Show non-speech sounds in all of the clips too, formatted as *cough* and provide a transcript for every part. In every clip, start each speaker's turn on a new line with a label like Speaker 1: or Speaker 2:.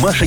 Speaker 1: Маша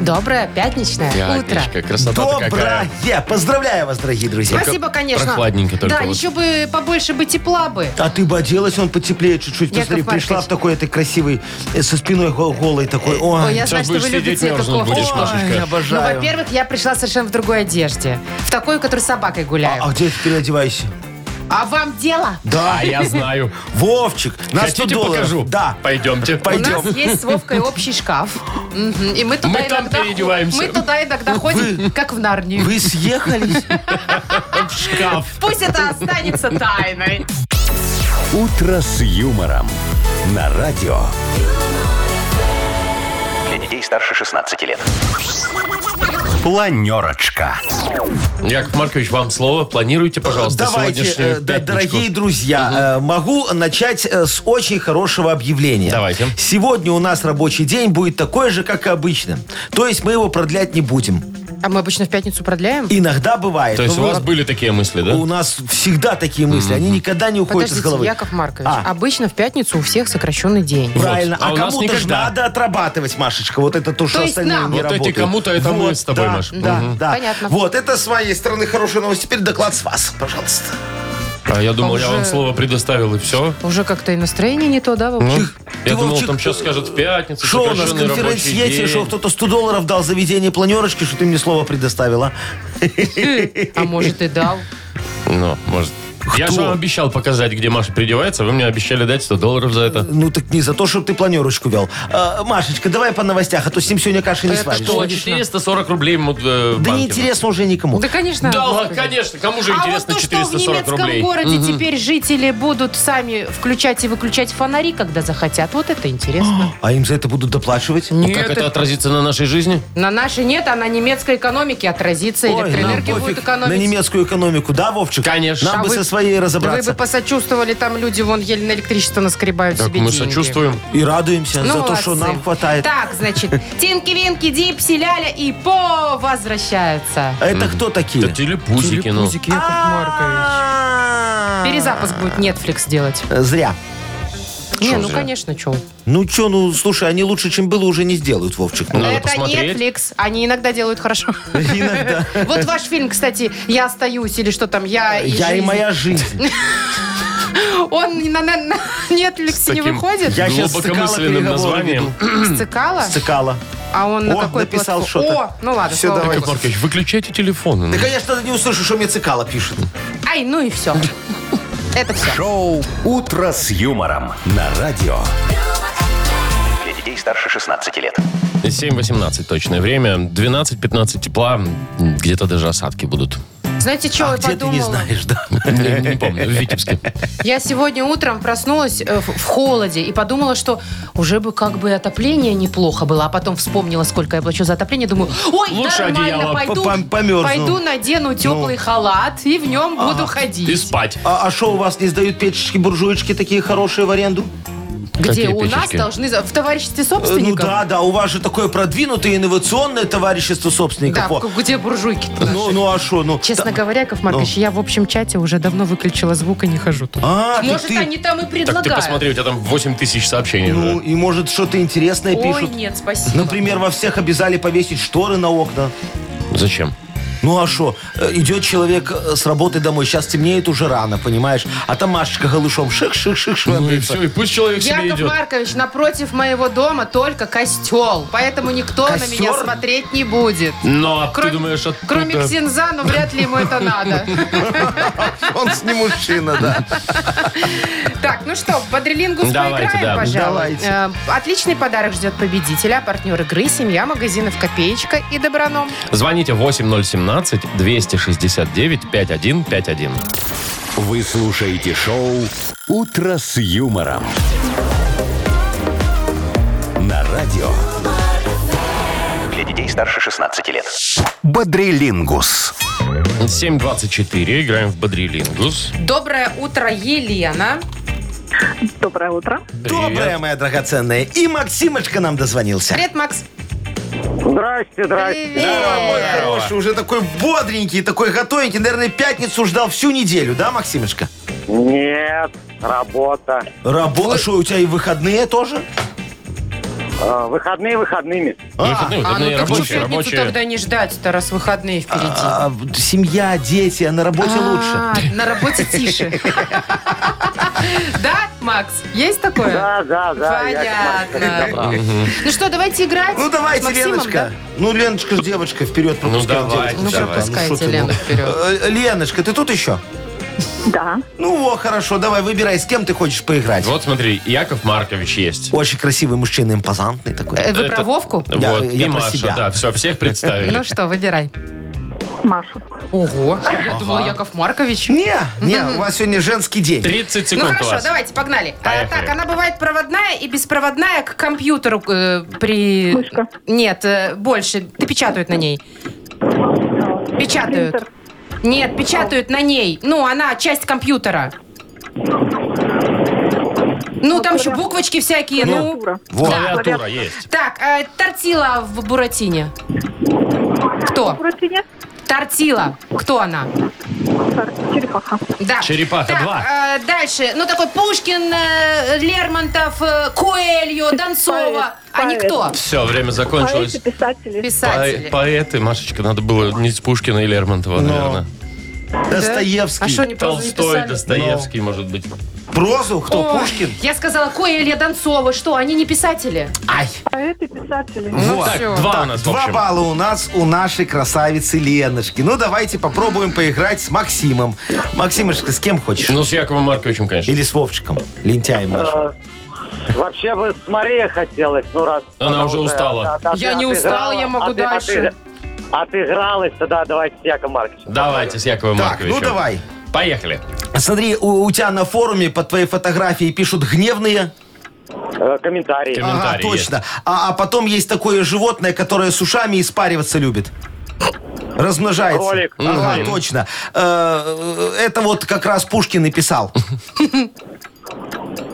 Speaker 2: Доброе пятничное утро.
Speaker 3: Пятничка. Красота
Speaker 4: Доброе!
Speaker 3: какая.
Speaker 4: А, Поздравляю вас, дорогие друзья.
Speaker 2: Спасибо, конечно.
Speaker 3: прохладненько только
Speaker 2: Да,
Speaker 3: вот.
Speaker 2: еще бы побольше бы тепла бы.
Speaker 4: А ты бы оделась, он потеплее чуть-чуть.
Speaker 2: Яков
Speaker 4: Посмотри, пришла
Speaker 2: Маркович.
Speaker 4: в такой этой красивой, э, со спиной го- голой такой. Ой,
Speaker 2: Ой, я знаю,
Speaker 3: А, Сейчас
Speaker 2: что вы
Speaker 3: будешь сидеть,
Speaker 2: любите эту
Speaker 3: мерзнуть
Speaker 2: кофту.
Speaker 3: будешь,
Speaker 2: Ой,
Speaker 4: Ой,
Speaker 3: Машечка.
Speaker 2: Ну,
Speaker 4: обожаю.
Speaker 2: во-первых, я пришла совершенно в другой одежде. В такой, в которой с собакой гуляю.
Speaker 4: а, а где ты переодевайся?
Speaker 2: А вам дело?
Speaker 4: Да.
Speaker 3: А я знаю.
Speaker 4: Вовчик, *laughs* на 100
Speaker 3: Хотите,
Speaker 4: долларов.
Speaker 3: покажу?
Speaker 4: Да.
Speaker 3: Пойдемте.
Speaker 2: У
Speaker 4: Пойдем.
Speaker 2: нас есть с Вовкой общий шкаф. Мгм. И мы туда
Speaker 3: Мы там
Speaker 2: иногда ход-
Speaker 3: переодеваемся.
Speaker 2: Мы туда иногда ходим, как в Нарнию.
Speaker 4: Вы съехались?
Speaker 3: Шкаф.
Speaker 2: Пусть это останется тайной.
Speaker 1: «Утро с юмором» на радио. Для детей старше 16 лет. Планерочка.
Speaker 3: Яков Маркович, вам слово. Планируйте, *laughs* пожалуйста,
Speaker 4: Давайте,
Speaker 3: сегодняшнюю
Speaker 4: э, да,
Speaker 3: пятничку.
Speaker 4: дорогие друзья, э, могу начать э, с очень хорошего объявления.
Speaker 3: Давайте.
Speaker 4: Сегодня у нас рабочий день будет такой же, как и обычно. То есть мы его продлять не будем.
Speaker 2: А мы обычно в пятницу продляем?
Speaker 4: Иногда бывает.
Speaker 3: То есть у
Speaker 4: Ну,
Speaker 3: вас были такие мысли, да?
Speaker 4: У нас всегда такие мысли, они никогда не уходят из
Speaker 2: Подождите,
Speaker 4: головы.
Speaker 2: Яков Маркович,
Speaker 4: А.
Speaker 2: обычно в пятницу у всех сокращенный день.
Speaker 4: Правильно.
Speaker 3: а
Speaker 4: а
Speaker 3: у нас
Speaker 4: кому-то же
Speaker 3: никогда.
Speaker 4: надо отрабатывать, Машечка. Вот это то, что
Speaker 2: есть
Speaker 4: остальные
Speaker 2: нам.
Speaker 4: не
Speaker 3: Вот эти
Speaker 4: работают.
Speaker 3: кому-то, это мы с тобой,
Speaker 4: да,
Speaker 3: Маш.
Speaker 4: Да,
Speaker 3: Мгм.
Speaker 4: да.
Speaker 2: Понятно.
Speaker 4: Вот, это с моей стороны хорошая новость. Теперь доклад с вас, пожалуйста.
Speaker 3: А я думал, я
Speaker 2: уже-
Speaker 3: вам слово предоставил, и все.
Speaker 2: Уже как-то и настроение не то, да, Вовчик?
Speaker 3: Я
Speaker 4: Ты,
Speaker 3: думал,
Speaker 4: Вовчик,
Speaker 3: там сейчас скажут в пятницу,
Speaker 4: Что у нас,
Speaker 3: сокращенный рабочий
Speaker 4: конференц-ете,
Speaker 3: день.
Speaker 4: что кто-то 100 долларов дал за ведение планерочки, что ты мне слово предоставила?
Speaker 2: А может и дал.
Speaker 3: Ну, может. Я же вам обещал показать, где Маша придевается. Вы мне обещали дать 100 долларов за это.
Speaker 4: Ну так не за то, чтобы ты планерочку вел. А, Машечка, давай по новостях, а то с ним сегодня каши не
Speaker 2: Это
Speaker 4: сваришь.
Speaker 2: что?
Speaker 3: Что, 440 рублей ему э,
Speaker 4: Да
Speaker 3: банки.
Speaker 4: неинтересно уже никому.
Speaker 2: Да, конечно.
Speaker 3: Да,
Speaker 2: Яков
Speaker 3: ладно,
Speaker 2: Маркович.
Speaker 3: конечно, кому же
Speaker 2: А вот
Speaker 3: интересно
Speaker 2: то, что в
Speaker 3: 440
Speaker 2: немецком
Speaker 3: рублей?
Speaker 2: городе теперь жители будут сами включать и выключать фонари, когда захотят. Вот это интересно.
Speaker 4: А им за это будут доплачивать?
Speaker 3: Ну, как это отразится на нашей жизни?
Speaker 2: На нашей нет, а на немецкой экономике отразится.
Speaker 4: Ой,
Speaker 2: Электроэнергию
Speaker 4: нам
Speaker 2: будут
Speaker 4: пофиг на
Speaker 2: экономить.
Speaker 4: немецкую экономику, да, Вовчик?
Speaker 3: Конечно.
Speaker 4: Нам
Speaker 2: А
Speaker 4: бы
Speaker 2: вы-
Speaker 4: со своей
Speaker 2: Вы
Speaker 4: разобраться.
Speaker 2: бы посочувствовали, там люди вон еле на электричество наскребают
Speaker 3: Как
Speaker 2: себе
Speaker 3: мы
Speaker 2: деньги.
Speaker 3: сочувствуем.
Speaker 4: И радуемся
Speaker 2: Ну,
Speaker 4: за то, что
Speaker 2: молодцы.
Speaker 4: нам хватает.
Speaker 2: Так, значит, Тинки-Винки, Дипси, Ляля и По возвращаются.
Speaker 4: А это кто такие?
Speaker 3: Да телепузики, ну.
Speaker 4: А-а-а.
Speaker 2: Перезапуск будет Netflix делать.
Speaker 4: Э, А, Зря.
Speaker 2: Не,
Speaker 3: Чё
Speaker 2: ну
Speaker 3: зря?
Speaker 2: конечно, чё.
Speaker 4: Ну чё, ну слушай, они лучше, чем было, уже не сделают, Вовчик. Ну,
Speaker 3: Надо
Speaker 2: Это
Speaker 3: посмотреть.
Speaker 2: Netflix. Они иногда делают хорошо.
Speaker 4: *laughs* иногда.
Speaker 2: Вот ваш фильм, кстати, «Я остаюсь» или что там, «Я и
Speaker 4: Я и
Speaker 2: жизнь». *laughs*
Speaker 4: моя жизнь.
Speaker 2: Он на, на- на Netflix не
Speaker 3: таким
Speaker 2: выходит?
Speaker 4: Я сейчас
Speaker 3: Глубокомысленным названием.
Speaker 2: Сцекала?
Speaker 4: Цикала.
Speaker 2: А он на
Speaker 4: О,
Speaker 2: какой
Speaker 4: написал
Speaker 2: платформе?
Speaker 4: что-то.
Speaker 2: О, ну ладно,
Speaker 4: Всё,
Speaker 2: слава
Speaker 4: давай.
Speaker 2: богу.
Speaker 3: Яков Маркович, выключайте телефоны.
Speaker 4: Да,
Speaker 3: ну.
Speaker 4: конечно, ты не услышишь, что мне Цикала пишет.
Speaker 2: Ай, ну и все. Это все.
Speaker 1: Шоу «Утро с юмором» на радио. Для детей старше 16 лет.
Speaker 3: а- 7.18 точное время. 12.15 тепла. М, Где-то даже осадки будут.
Speaker 2: Знаете, что я
Speaker 4: А Где ты не
Speaker 2: подумала?
Speaker 4: знаешь, да?
Speaker 3: Не не помню, в *laughs* Витебске.
Speaker 2: Я сегодня утром проснулась э, в в холоде и подумала, что уже бы как бы и отопление неплохо было. А потом вспомнила, сколько я плачу за отопление. Думаю, ой,
Speaker 3: Лучше
Speaker 2: нормально,
Speaker 3: одеяло,
Speaker 2: пойду,
Speaker 4: по- помёрзну». Ну.
Speaker 2: пойду надену теплый халат и в нем буду ходить.
Speaker 3: И спать.
Speaker 4: А что у вас не сдают печечки-буржуечки такие хорошие в аренду?
Speaker 2: Где
Speaker 3: Какие
Speaker 2: у нас
Speaker 3: печечки?
Speaker 2: должны... за- В товариществе
Speaker 4: Э, Ну
Speaker 2: собственников?
Speaker 4: да, да, у вас же такое продвинутое инновационное товарищество
Speaker 2: Да,
Speaker 4: собственников. Во.
Speaker 2: в- где буржуйки
Speaker 4: Ну, ну а что, ну?
Speaker 2: Честно
Speaker 4: да- Ну.
Speaker 2: говоря, Яков Маркович, я в общем чате уже давно выключила звук и не хожу туда.
Speaker 4: А, так
Speaker 2: Может,
Speaker 4: ты-
Speaker 2: они там и
Speaker 3: Так
Speaker 2: предлагают.
Speaker 3: ты посмотри, у тебя там 8 тысяч сообщений
Speaker 4: Ну,
Speaker 3: уже.
Speaker 4: и может что-то интересное
Speaker 2: Ой,
Speaker 4: пишут.
Speaker 2: нет, спасибо.
Speaker 4: Например, во всех обязали повесить шторы на окна.
Speaker 3: Зачем?
Speaker 4: Ну а что? Идет человек э, с работы домой, сейчас темнеет уже рано, понимаешь? А там Машечка голышом шик-шик-шик
Speaker 3: Ну и
Speaker 4: швендается.
Speaker 3: все, и пусть человек себе
Speaker 2: Яков
Speaker 3: идет.
Speaker 2: Маркович, напротив моего дома только костел, поэтому никто на
Speaker 4: Костер?
Speaker 2: меня смотреть не будет.
Speaker 3: Ну, а ты
Speaker 2: Кроме-
Speaker 3: думаешь, откуда?
Speaker 2: Кроме Ксенза, но вряд ли ему
Speaker 3: *laughs*
Speaker 2: это надо.
Speaker 4: Он с ним мужчина, да.
Speaker 2: Так, ну что, в бодрилингус
Speaker 3: Давайте,
Speaker 2: поиграем,
Speaker 3: да.
Speaker 2: пожалуй.
Speaker 4: Давайте.
Speaker 2: Э, Отличный подарок ждет победителя, партнер игры, семья магазинов «Копеечка» и «Доброном».
Speaker 3: Звоните 8017-269-5151.
Speaker 1: Вы слушаете шоу «Утро с юмором» на радио. Для детей старше 16 лет. Бодрилингус.
Speaker 3: 7.24, играем в Бодрилингус.
Speaker 2: Доброе утро, Елена.
Speaker 5: Доброе утро.
Speaker 4: Добрая моя драгоценная. И Максимочка нам дозвонился.
Speaker 2: Привет, Макс.
Speaker 6: Здрасте, здрасте.
Speaker 4: Да, мой
Speaker 2: Привет.
Speaker 4: хороший, уже такой бодренький, такой готовенький. Наверное, пятницу ждал всю неделю, да, Максимочка?
Speaker 6: Нет, работа.
Speaker 4: Работа, что А у тебя и выходные тоже?
Speaker 6: Э, Выходные выходными.
Speaker 3: Ну, выходные,
Speaker 2: А, ну
Speaker 3: выходные,
Speaker 2: так что
Speaker 3: рабочие,
Speaker 2: пятницу
Speaker 3: рабочие.
Speaker 2: тогда не ждать-то, раз выходные впереди.
Speaker 4: А, семья, дети, а на работе лучше.
Speaker 2: А, На работе тише. Да, Макс? Есть такое?
Speaker 6: Да, да, да. Яков Маркович,
Speaker 2: Понятно.
Speaker 6: добра.
Speaker 2: Ну что, давайте играть?
Speaker 4: Ну,
Speaker 2: с
Speaker 4: давайте,
Speaker 2: Максимом,
Speaker 4: Леночка. Ну, Леночка же девочка, вперед пропускаем
Speaker 3: давайте,
Speaker 4: девочку.
Speaker 2: Ну,
Speaker 3: Давай,
Speaker 4: ну, что
Speaker 2: пропускайте
Speaker 4: ты,
Speaker 2: Лену
Speaker 4: ну.
Speaker 2: вперед.
Speaker 4: Э, Леночка, ты тут еще?
Speaker 5: Да.
Speaker 4: Ну, о, хорошо, давай, выбирай, с кем ты хочешь поиграть.
Speaker 3: Вот смотри, Яков Маркович есть.
Speaker 4: Очень красивый мужчина, импозантный такой.
Speaker 2: Э, Вы
Speaker 3: Это-
Speaker 2: про Вовку?
Speaker 4: Я-
Speaker 3: вот,
Speaker 4: я
Speaker 3: и
Speaker 4: про
Speaker 3: Маша,
Speaker 4: себя.
Speaker 3: да, все, всех представили.
Speaker 2: Ну что, выбирай.
Speaker 5: Маша.
Speaker 2: Ого, я думала, Яков Маркович.
Speaker 4: Не, не, у вас сегодня женский день.
Speaker 3: 30
Speaker 2: Ну
Speaker 3: секунд у
Speaker 2: хорошо,
Speaker 3: вас.
Speaker 2: давайте, погнали. А,
Speaker 3: Поехали.
Speaker 2: так, она бывает проводная и беспроводная к компьютеру э, при...
Speaker 5: Мышка.
Speaker 2: Нет, э, больше. Ты печатают на ней. Печатают.
Speaker 5: Принтер.
Speaker 2: Нет, печатают на ней. Ну, она часть компьютера. Ну, там еще буквочки всякие, ну.
Speaker 5: Дура.
Speaker 4: Вот.
Speaker 3: Клавиатура есть.
Speaker 2: Так, э, тортила в Буратине. Кто?
Speaker 5: Противня.
Speaker 2: Тортила. Кто она?
Speaker 5: Черепаха.
Speaker 2: Да.
Speaker 3: Черепаха
Speaker 2: так,
Speaker 3: два.
Speaker 2: э, дальше. Ну, такой Пушкин, э, Лермонтов, э, Коэльо, Донцова.
Speaker 5: Поэт,
Speaker 2: Они
Speaker 5: поэт.
Speaker 2: кто?
Speaker 3: Все, время закончилось.
Speaker 5: Поэты, писатели.
Speaker 3: Поэ-
Speaker 2: Писатели.
Speaker 3: Поэты, Машечка, надо было не с Пушкина и Лермонтова,
Speaker 4: Ну.
Speaker 3: наверное.
Speaker 4: Достоевский.
Speaker 2: А что они просто
Speaker 3: Толстой,
Speaker 2: не писали?
Speaker 3: Достоевский,
Speaker 4: Ну.
Speaker 3: может быть.
Speaker 4: Прозу? Кто,
Speaker 2: Ой,
Speaker 4: Пушкин?
Speaker 2: Я сказала Коэльо, Донцова. Что, они не писатели?
Speaker 4: Ай,
Speaker 5: Поэты, писатели.
Speaker 4: вот.
Speaker 3: Ну, Так, два у нас, в
Speaker 4: Ну, Два
Speaker 3: общем.
Speaker 4: балла у нас у нашей красавицы Леночки. Ну, давайте попробуем поиграть с Максимом. Максимочка, с кем хочешь?
Speaker 3: Ну, с Яковом Марковичем, конечно.
Speaker 4: Или с Вовчиком, лентяем нашим.
Speaker 6: Вообще бы с Мария хотелось, ну раз.
Speaker 3: Она
Speaker 6: потому
Speaker 3: уже
Speaker 6: что
Speaker 3: устала.
Speaker 6: от- А от-
Speaker 2: Я не устала, я могу
Speaker 6: от- от-
Speaker 2: дальше.
Speaker 6: Отыгралась, тогда давайте с Яковом Марковичем.
Speaker 3: Давайте с Яковом
Speaker 4: Так,
Speaker 3: Марковичем.
Speaker 4: ну давай.
Speaker 3: Поехали.
Speaker 4: Смотри, у, у тебя на форуме под твоей фотографией пишут гневные.
Speaker 6: Э, Комментарии.
Speaker 3: Коммен-
Speaker 4: Ага,
Speaker 3: Комментарии
Speaker 4: точно. А, а потом есть такое животное, которое с ушами испариваться любит. Размножается.
Speaker 6: Кролик.
Speaker 4: Ага,
Speaker 3: Мгм.
Speaker 4: точно. Э, э, Это вот как раз Пушкин и писал.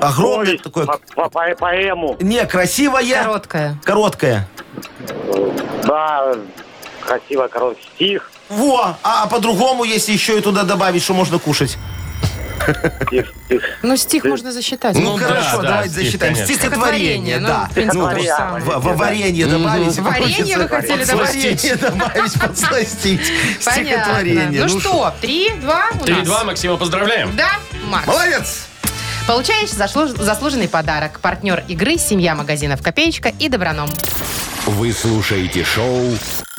Speaker 4: Огромное
Speaker 6: Повесть,
Speaker 4: такое.
Speaker 6: по- по- по- Поэму.
Speaker 4: Не, красивое.
Speaker 2: Короткая.
Speaker 4: Короткое.
Speaker 6: Да, красиво, короткий стих.
Speaker 4: Во, а, а по-другому, если еще и туда добавить, что можно кушать.
Speaker 6: стих, стих.
Speaker 2: Ну, стих можно засчитать.
Speaker 4: Ну,
Speaker 3: да,
Speaker 4: хорошо,
Speaker 3: да,
Speaker 4: давайте
Speaker 3: стих,
Speaker 4: засчитаем.
Speaker 3: конечно.
Speaker 4: Стихотворение,
Speaker 2: Стихотворение, ну,
Speaker 4: да.
Speaker 2: в принципе,
Speaker 4: Ну,
Speaker 6: то же
Speaker 4: в-
Speaker 6: самое.
Speaker 4: в- во варенье добавить.
Speaker 2: Варенье вы
Speaker 4: получится.
Speaker 2: хотели добавить?
Speaker 4: Варенье добавить, подсластить.
Speaker 2: Понятно.
Speaker 4: Стихотворение.
Speaker 2: Ну, что, три, два у нас?
Speaker 3: 3-2, Максима, поздравляем.
Speaker 2: Да, Макс?
Speaker 4: Молодец!
Speaker 2: Получаешь заслуж- заслуженный подарок. Партнер игры «Семья магазинов Копеечка» и Доброном.
Speaker 1: Вы слушаете шоу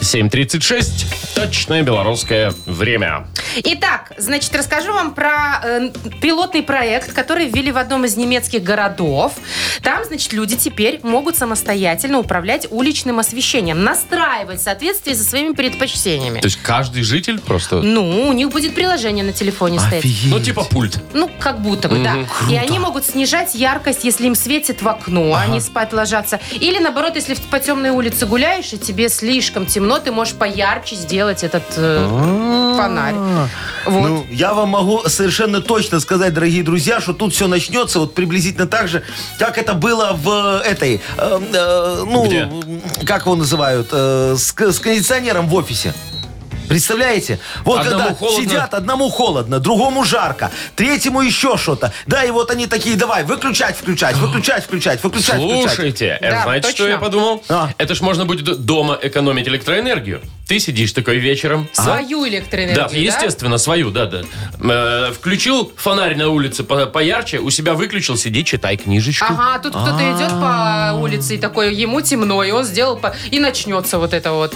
Speaker 3: 7.36. Точное белорусское время.
Speaker 2: Итак, значит, расскажу вам про э, пилотный проект, который ввели в одном из немецких городов. Там, значит, люди теперь могут самостоятельно управлять уличным освещением, настраивать в соответствии со своими предпочтениями.
Speaker 3: То есть каждый житель просто...
Speaker 2: Ну, у них будет приложение на телефоне стоять.
Speaker 3: Ну, типа пульт.
Speaker 2: Ну, как будто бы, да. И они могут снижать яркость, если им светит в окно, они спать ложатся. Или наоборот, если в- по темной улице гуляешь, и тебе слишком темно, ты можешь поярче сделать этот э,
Speaker 3: А.
Speaker 2: фонарь. Вот.
Speaker 4: Ну, я вам могу совершенно точно сказать, дорогие друзья, что тут все начнется вот приблизительно так же, как это было в этой, э, э, ну,
Speaker 3: Где?
Speaker 4: как его называют, э, с, к- с кондиционером в офисе. Представляете? Вот
Speaker 3: Одному
Speaker 4: когда
Speaker 3: холодно.
Speaker 4: сидят, одному холодно, другому жарко, третьему еще что-то. Да, и вот они такие, давай, выключать, включать, выключать, включать, выключать, включать.
Speaker 3: Слушайте, это
Speaker 2: Да,
Speaker 3: знаете, что
Speaker 2: точно.
Speaker 3: я подумал?
Speaker 4: А.
Speaker 3: Это ж можно будет д- дома экономить электроэнергию. Ты сидишь такой вечером.
Speaker 2: Свою электроэнергию,
Speaker 3: Да, естественно, свою, да, да. Э, включил фонарь на улице по- поярче, у себя выключил, сиди, читай книжечку.
Speaker 2: Ага, тут
Speaker 3: А.
Speaker 2: кто-то идет по улице и такой, ему темно, и он сделал, по- и начнется вот это вот.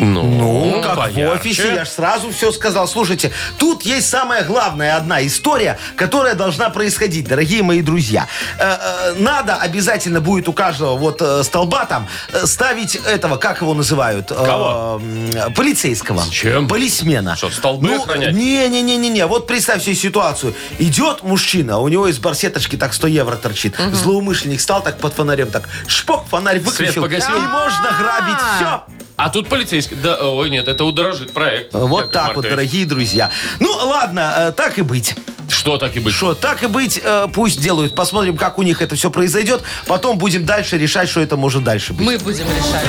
Speaker 3: Ну,
Speaker 4: Ну, как
Speaker 3: поярче.
Speaker 4: в офисе, я же сразу все сказал. Слушайте, тут есть самая главная одна история, которая должна происходить, дорогие мои друзья. Э, э, Надо обязательно будет у каждого вот э, столба там э, ставить этого, как его называют? Э,
Speaker 3: Кого?
Speaker 4: м, Полицейского.
Speaker 3: Зачем?
Speaker 4: Полисмена. Ну,
Speaker 3: Что, столбы охранять?
Speaker 4: Не-не-не-не-не. Вот представь себе ситуацию. Идет мужчина, у него из барсеточки так 100 евро торчит. Злоумышленник стал так под фонарем, так шпок, фонарь выключил.
Speaker 3: погасил.
Speaker 4: И можно грабить все.
Speaker 3: А тут полицейский. Да, ой, нет, это удорожит проект.
Speaker 4: Вот
Speaker 3: Яков
Speaker 4: так вот,
Speaker 3: Маркович.
Speaker 4: дорогие друзья. Ну, ладно, э, так и быть.
Speaker 3: Что так и быть?
Speaker 4: Что, так и быть, э, пусть делают. Посмотрим, как у них это все произойдет. Потом будем дальше решать, что это может дальше быть.
Speaker 2: Мы будем решать.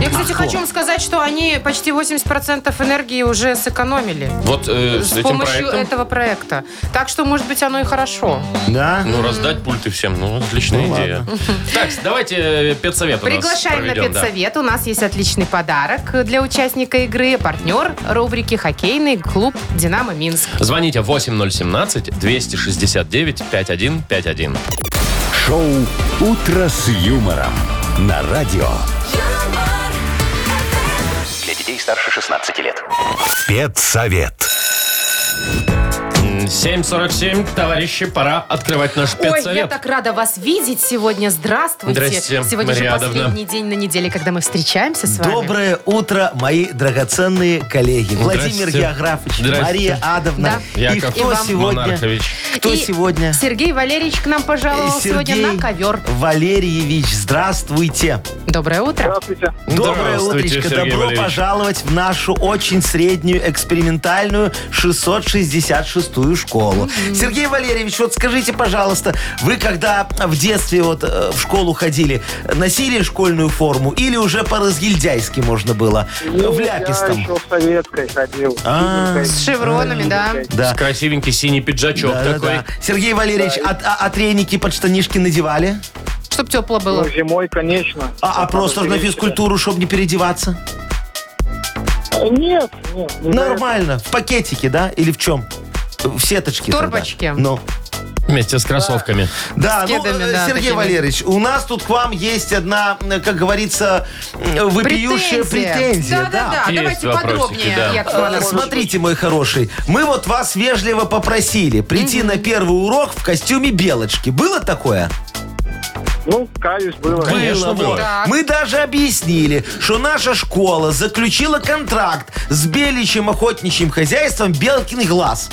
Speaker 2: Я, кстати, хочу вам сказать, что они почти 80% энергии уже сэкономили.
Speaker 3: Вот э, с,
Speaker 2: С
Speaker 3: этим
Speaker 2: помощью
Speaker 3: проектом.
Speaker 2: этого проекта. Так что, может быть, оно и хорошо.
Speaker 4: Да?
Speaker 3: Ну, раздать пульты всем. Ну, отличная идея. Так, давайте э, педсовет у нас
Speaker 2: Приглашаем на
Speaker 3: проведем, да.
Speaker 2: педсовет. У нас есть отличный подарок для участника игры. Партнер рубрики «Хоккейный клуб «Динамо Минск».
Speaker 3: Звоните 8017-269-5151.
Speaker 1: Шоу «Утро с юмором» на радио.
Speaker 7: юмор,
Speaker 8: Для детей старше 16 лет.
Speaker 1: Спецсовет.
Speaker 3: 7.47, товарищи, пора открывать наш
Speaker 2: Ой, я
Speaker 3: педсовет.
Speaker 2: так рада вас видеть сегодня. Здравствуйте.
Speaker 3: Здрасте,
Speaker 2: сегодня
Speaker 3: Мария
Speaker 2: же
Speaker 3: Адовна.
Speaker 2: последний день на неделе, когда мы встречаемся с вами.
Speaker 4: Доброе утро, мои драгоценные коллеги. Владимир Географович,
Speaker 3: Здрасте.
Speaker 4: Мария Адовна.
Speaker 2: Да.
Speaker 4: И
Speaker 3: Яков
Speaker 4: кто
Speaker 2: И вам.
Speaker 4: сегодня?
Speaker 3: Монархович.
Speaker 4: Кто
Speaker 2: И
Speaker 4: сегодня? Э,
Speaker 2: Сергей Валерьевич к нам пожаловал сегодня на ковер.
Speaker 4: Валерьевич, здравствуйте.
Speaker 2: Доброе утро.
Speaker 5: Здравствуйте.
Speaker 4: Доброе
Speaker 3: Здравствуйте,
Speaker 4: утречко.
Speaker 3: Сергей
Speaker 4: Добро
Speaker 3: Валерьевич.
Speaker 4: пожаловать в нашу очень среднюю экспериментальную 666-ю школу. Сергей Валерьевич, вот скажите, пожалуйста, вы когда в детстве вот э, в школу ходили, носили школьную форму или уже по-разгильдяйски можно было?
Speaker 6: Ну,
Speaker 4: в ляпистом.
Speaker 5: Ну, Я еще в советской ходил.
Speaker 4: А,
Speaker 2: С шевронами, да.
Speaker 4: Да.
Speaker 3: Красивенький синий пиджачок
Speaker 4: Да, да,
Speaker 3: такой.
Speaker 4: да. Сергей Валерьевич, а, а- а треники под штанишки надевали?
Speaker 2: Чтоб тепло было.
Speaker 5: Ну, зимой, конечно.
Speaker 4: А, а просто на физкультуру, чтобы не переодеваться?
Speaker 5: Нет, нет. не
Speaker 4: Нормально. В пакетике, да? Или в чем? В сеточке.
Speaker 2: В
Speaker 4: тогда.
Speaker 2: торбочке.
Speaker 4: Ну.
Speaker 3: Вместе с кроссовками.
Speaker 4: Да,
Speaker 2: С
Speaker 4: ну,
Speaker 2: кедами,
Speaker 4: э,
Speaker 2: да,
Speaker 4: Сергей
Speaker 2: такими.
Speaker 4: Валерьевич, у нас тут к вам есть одна, э, как говорится, э, вопиющая претензия.
Speaker 2: Да, да, да.
Speaker 3: Есть
Speaker 2: Давайте
Speaker 3: вопросики,
Speaker 2: подробнее,
Speaker 3: да.
Speaker 2: Яков
Speaker 4: Э,
Speaker 2: Маркович.
Speaker 4: Смотрите, мой хороший, мы вот вас вежливо попросили прийти на первый урок в костюме белочки. Было такое?
Speaker 5: знаю. Ну, каюсь, было.
Speaker 3: Конечно, было.
Speaker 2: Так.
Speaker 4: Мы даже объяснили, что наша школа заключила контракт с беличьим охотничьим хозяйством Белкин Глаз.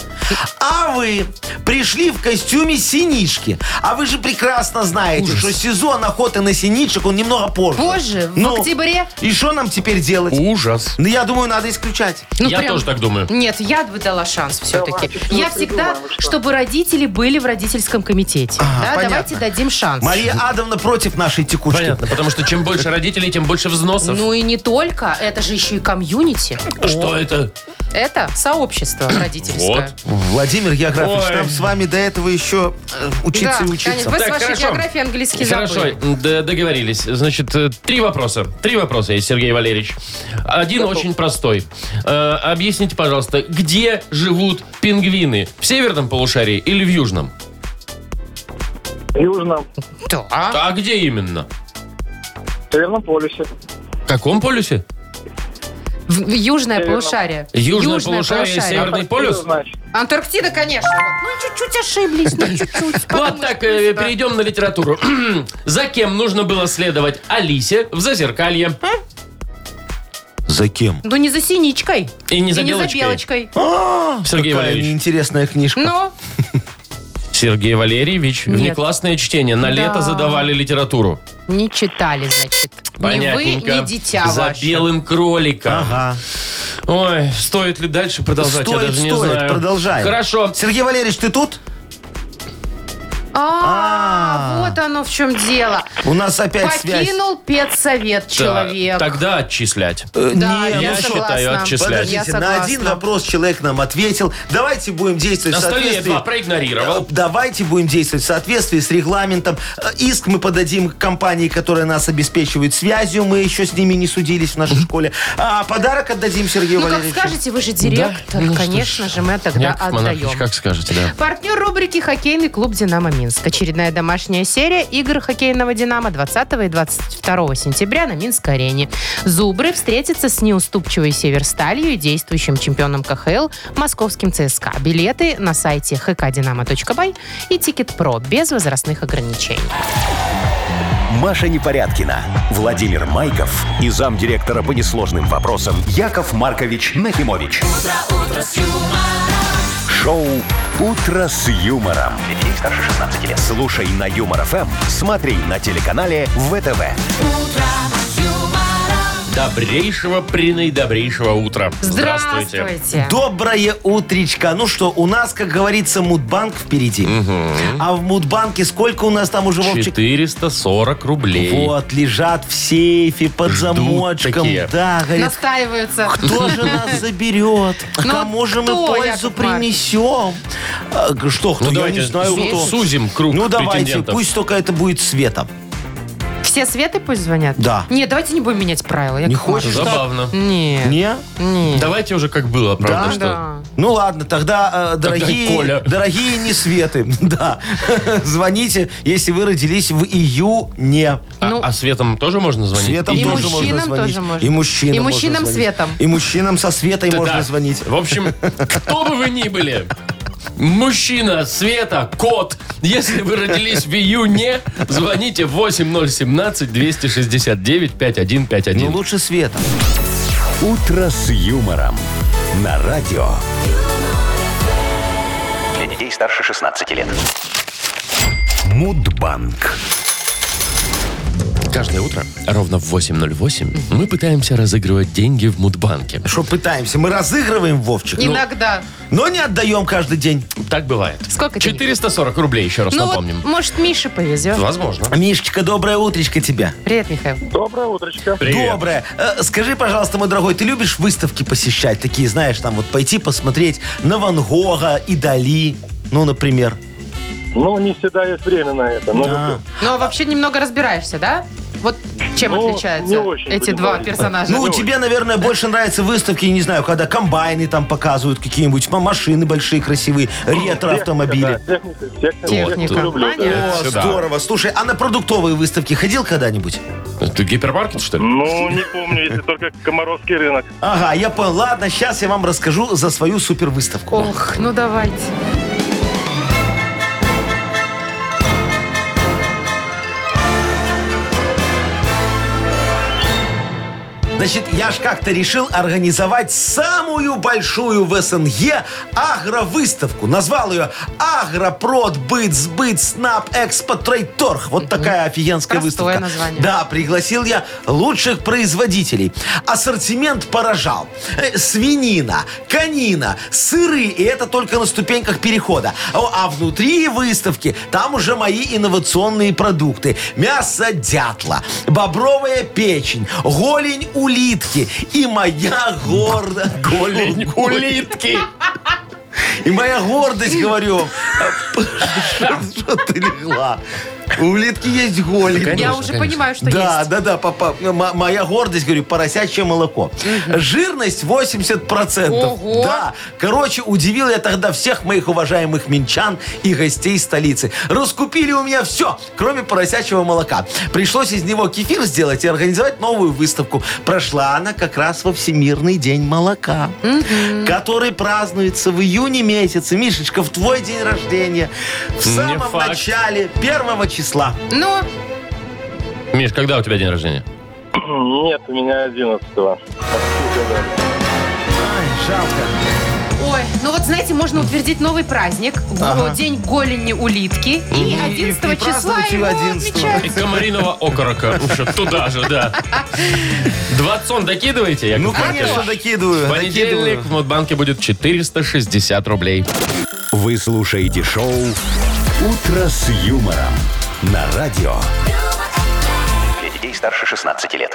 Speaker 4: А вы пришли в костюме синички. А вы же прекрасно знаете, что сезон охоты на синичек, он немного позже.
Speaker 2: Позже? В
Speaker 4: Ну.
Speaker 2: октябре?
Speaker 4: И что нам теперь делать?
Speaker 3: Ужас.
Speaker 4: Ну, я думаю, надо исключать.
Speaker 2: Ну,
Speaker 3: Я
Speaker 2: прям-
Speaker 3: тоже так думаю.
Speaker 2: Нет, я бы дала шанс все-таки.
Speaker 5: Давайте, что
Speaker 2: Я
Speaker 5: мы
Speaker 2: всегда,
Speaker 5: придумаем, что?
Speaker 2: чтобы родители были в родительском комитете. Да,
Speaker 4: А, понятно.
Speaker 2: давайте дадим шанс.
Speaker 4: Мария Адовна против нашей текучки.
Speaker 3: Понятно, потому что чем больше родителей, тем больше взносов.
Speaker 2: Ну и не только, это же еще и комьюнити.
Speaker 4: Ну,
Speaker 3: Что это?
Speaker 2: Это сообщество родительское.
Speaker 3: Вот.
Speaker 4: Владимир Географович,
Speaker 3: Ой.
Speaker 4: нам с вами до этого еще э, учиться и
Speaker 2: Да,
Speaker 4: учиться.
Speaker 2: конечно. Вы
Speaker 3: Так,
Speaker 2: с вашей
Speaker 3: хорошо.
Speaker 2: географией английский
Speaker 3: Хорошо,
Speaker 2: забыли.
Speaker 3: д- договорились. Значит, э, три вопроса. Три вопроса есть, Сергей Валерьевич. Один очень простой. Э, объясните, пожалуйста, где живут пингвины? В северном полушарии или в южном?
Speaker 5: В Южном,
Speaker 2: Да.
Speaker 3: А где именно?
Speaker 5: в Северном полюсе.
Speaker 3: В каком полюсе?
Speaker 2: В- в Южное полушарие.
Speaker 3: Южное,
Speaker 2: Южное
Speaker 3: полушарие, и
Speaker 2: полушарие.
Speaker 3: северный полюс?
Speaker 5: Значит,
Speaker 2: Антарктида, конечно. Вот. Ну, чуть-чуть ошиблись, ну, чуть-чуть.
Speaker 3: *laughs* Вот
Speaker 2: Подумаешь,
Speaker 3: так, э,
Speaker 2: да.
Speaker 3: перейдем на литературу. *clears throat* За кем нужно было следовать Алисе в Зазеркалье?
Speaker 4: За кем?
Speaker 2: Ну, не за синичкой.
Speaker 3: И не за
Speaker 2: И не за
Speaker 3: белочкой.
Speaker 2: белочкой.
Speaker 3: Сергей
Speaker 4: Какая
Speaker 3: Валерьевич.
Speaker 4: неинтересная книжка.
Speaker 2: Ну,
Speaker 3: Сергей Валерьевич,
Speaker 2: Нет.
Speaker 3: внеклассное чтение. На
Speaker 2: Да.
Speaker 3: лето задавали литературу.
Speaker 2: не читали, значит. Ни вы,
Speaker 3: Понятненько.
Speaker 2: ни дитя
Speaker 3: За
Speaker 2: ваше.
Speaker 3: белым кроликом.
Speaker 4: Ага.
Speaker 3: Ой, стоит ли дальше продолжать,
Speaker 4: А. стоит,
Speaker 3: я даже
Speaker 4: стоит,
Speaker 3: не знаю.
Speaker 4: продолжай.
Speaker 3: Хорошо.
Speaker 4: Сергей Валерьевич, ты тут?
Speaker 2: А,
Speaker 4: А.
Speaker 2: вот оно в чем дело.
Speaker 4: У нас опять связь.
Speaker 2: Покинул педсовет человек.
Speaker 3: Так, Тогда отчислять.
Speaker 4: Э,
Speaker 2: Да,
Speaker 4: не,
Speaker 2: я,
Speaker 3: я
Speaker 4: ну что,
Speaker 2: согласна.
Speaker 3: считаю, отчислять.
Speaker 2: Я
Speaker 4: Подождите, на
Speaker 2: согласна.
Speaker 4: один вопрос человек нам ответил. Давайте будем действовать
Speaker 3: На
Speaker 4: в
Speaker 3: столе я
Speaker 4: соответствии...
Speaker 3: два проигнорировал.
Speaker 4: Э, Давайте будем действовать в соответствии с регламентом. Э, Иск мы подадим к компании, которая нас обеспечивает связью. Мы еще с ними не судились в нашей школе. А подарок отдадим Сергею
Speaker 2: Ну, как
Speaker 4: Валерьевичу.
Speaker 2: скажете, вы же директор.
Speaker 3: Ну что ж.
Speaker 2: Конечно же, мы тогда
Speaker 3: Яков Монархович,
Speaker 2: отдаем.
Speaker 3: как скажете, да.
Speaker 2: Партнер рубрики «Хоккейный клуб «Динамо Минск». Очередная домашняя серия. серия игр хоккейного «Динамо» 20 и 22 сентября на Минской арене. «Зубры» встретятся с неуступчивой «Северсталью» и действующим чемпионом КХЛ московским ЦСКА. Билеты на сайте hkdinamo.by и «Тикет.Про» без возрастных ограничений.
Speaker 1: Маша Непорядкина, Владимир Майков и замдиректора по несложным вопросам Яков Маркович Нахимович. Шоу Утро с юмором. Для детей старше 16 лет. Слушай на юмор ФМ, смотри на телеканале ВТВ.
Speaker 3: Добрейшего, принайдобрейшего утра. Здравствуйте.
Speaker 2: Здравствуйте.
Speaker 4: Доброе утречко. Ну что, у нас, как говорится, Мудбанк впереди. А в Мудбанке сколько у нас там уже, Вовчик?
Speaker 3: 440 рублей.
Speaker 4: Вот, лежат в сейфе под
Speaker 3: Ждут
Speaker 4: замочком.
Speaker 3: такие.
Speaker 4: Да, говорит,
Speaker 2: Настаиваются.
Speaker 4: *laughs* кто же нас заберет?
Speaker 2: Ну,
Speaker 4: Кому же мы
Speaker 2: кто,
Speaker 4: пользу
Speaker 2: Яков Маркович?
Speaker 4: принесем? А, г- Что, кто?
Speaker 3: Ну,
Speaker 4: Я
Speaker 3: давайте
Speaker 4: не знаю,
Speaker 3: су-
Speaker 4: кто.
Speaker 3: сузим круг
Speaker 4: Ну, давайте,
Speaker 3: претендентов.
Speaker 4: пусть только это будет Света.
Speaker 2: Все Светы пусть звонят?
Speaker 4: Да.
Speaker 2: Нет, давайте не будем менять правила.
Speaker 4: Не
Speaker 2: Яков
Speaker 4: хочешь?
Speaker 2: Маркович.
Speaker 3: Забавно.
Speaker 2: Нет.
Speaker 4: Не?
Speaker 3: Давайте уже как было, правда,
Speaker 4: Да?
Speaker 3: что...
Speaker 2: Да.
Speaker 4: Ну ладно, тогда, э,
Speaker 3: и Коля.
Speaker 4: дорогие, дорогие не светы, *laughs* да, звоните, если вы родились в июне.
Speaker 3: А,
Speaker 2: Ну.
Speaker 3: а светом тоже можно звонить?
Speaker 4: Светом
Speaker 2: И
Speaker 4: тоже
Speaker 2: мужчинам
Speaker 4: можно звонить.
Speaker 2: тоже можно.
Speaker 4: И мужчинам,
Speaker 2: И
Speaker 4: можно
Speaker 2: мужчинам
Speaker 4: звонить.
Speaker 2: светом.
Speaker 4: И мужчинам со светой
Speaker 3: Да.
Speaker 4: можно звонить.
Speaker 3: В общем, кто бы вы ни были, мужчина, Света, кот, если вы родились в июне, звоните 8017-269-5151.
Speaker 4: Ну лучше светом.
Speaker 1: Утро с юмором. На радио.
Speaker 8: Для детей старше 16 лет.
Speaker 1: Мудбанк.
Speaker 3: Каждое утро ровно в 8.08 мы пытаемся разыгрывать деньги в Мудбанке.
Speaker 4: Что пытаемся? Мы разыгрываем Вовчик, Ну,
Speaker 2: Иногда.
Speaker 4: но не отдаем каждый день.
Speaker 3: Так бывает.
Speaker 2: Сколько денег?
Speaker 3: 440 рублей, еще раз
Speaker 2: Ну вот,
Speaker 3: напомним.
Speaker 2: может, Мише повезет.
Speaker 3: Возможно.
Speaker 4: Мишечка, доброе утречко тебе.
Speaker 2: Привет, Михаил.
Speaker 5: Доброе утречко.
Speaker 3: Привет.
Speaker 4: Доброе. Э, Скажи, пожалуйста, мой дорогой, ты любишь выставки посещать? Такие, знаешь, там вот пойти посмотреть на Ван Гога и Дали, ну, например.
Speaker 5: Ну, не всегда есть время на это. но
Speaker 4: Да.
Speaker 2: Ну, а вообще немного разбираешься, да? Вот чем
Speaker 5: Ну, не
Speaker 2: отличаются
Speaker 5: очень,
Speaker 2: эти
Speaker 5: будем
Speaker 2: два
Speaker 5: говорить.
Speaker 2: персонажа?
Speaker 4: Ну, тебе, наверное, больше нравятся выставки, не знаю, когда комбайны там показывают какие-нибудь, м- машины большие, красивые,
Speaker 5: техника,
Speaker 4: ретро-автомобили.
Speaker 5: да, техника, техника,
Speaker 2: Техника.
Speaker 5: технику люблю, да.
Speaker 2: Понятно.
Speaker 4: О,
Speaker 3: Сюда.
Speaker 4: здорово. Слушай, а на продуктовые выставки ходил когда-нибудь?
Speaker 3: Ты гипермаркет, что ли?
Speaker 5: Ну, не помню, если только Комаровский рынок.
Speaker 4: Ага, я понял. Ладно, сейчас я вам расскажу за свою супервыставку.
Speaker 2: Ох, ну давайте.
Speaker 4: Значит, я ж как-то решил организовать самую большую в СНГ агровыставку. Назвал ее Агропрод, Быт, Сбыт, Снап, Экспо, Трейдторг. Вот такая офигенская
Speaker 2: Простое
Speaker 4: выставка.
Speaker 2: название.
Speaker 4: Да, пригласил я лучших производителей. Ассортимент поражал. Э, Свинина, конина, сыры, и это только на ступеньках перехода. О, А внутри выставки там уже мои инновационные продукты. Мясо дятла, бобровая печень, голень улитки и моя гордо...
Speaker 3: *laughs* Голень улитки.
Speaker 4: И моя гордость, говорю.
Speaker 3: *laughs*
Speaker 4: Что- Что ты легла? У улитки есть голень.
Speaker 2: Я
Speaker 3: Конечно,
Speaker 2: уже
Speaker 3: конечно.
Speaker 2: понимаю, что
Speaker 4: Да,
Speaker 2: есть.
Speaker 4: да, да, папа, м- моя гордость, говорю, поросячье молоко. Жирность 80%.
Speaker 2: Ого.
Speaker 4: Да. Короче, удивил я тогда всех моих уважаемых минчан и гостей столицы. Раскупили у меня все, кроме поросячьего молока. Пришлось из него кефир сделать и организовать новую выставку. Прошла она как раз во Всемирный день молока, который празднуется в июне месяце. Мишечка, в твой день рождения. В самом
Speaker 3: факт.
Speaker 4: начале первого числа.
Speaker 2: Ну,
Speaker 3: Миш, когда у тебя день рождения?
Speaker 5: Нет, у меня 11-го.
Speaker 4: Ай, жалко.
Speaker 2: ой, ну вот знаете, можно утвердить новый праздник.
Speaker 4: Ага.
Speaker 2: Го- День голени улитки. И 11
Speaker 4: и
Speaker 2: числа
Speaker 4: праздновать его
Speaker 2: его
Speaker 4: 11-го.
Speaker 3: И
Speaker 2: отмечают.
Speaker 3: комариного окорока. Уж Туда же, да. 20 сон докидываете? Яков
Speaker 4: Ну,
Speaker 3: Маркович?
Speaker 4: конечно, докидываю.
Speaker 3: В понедельник
Speaker 4: докидываю.
Speaker 3: в Мудбанке будет 460 рублей.
Speaker 1: Вы слушаете шоу Утро с юмором. На радио.
Speaker 8: Для детей старше 16 лет.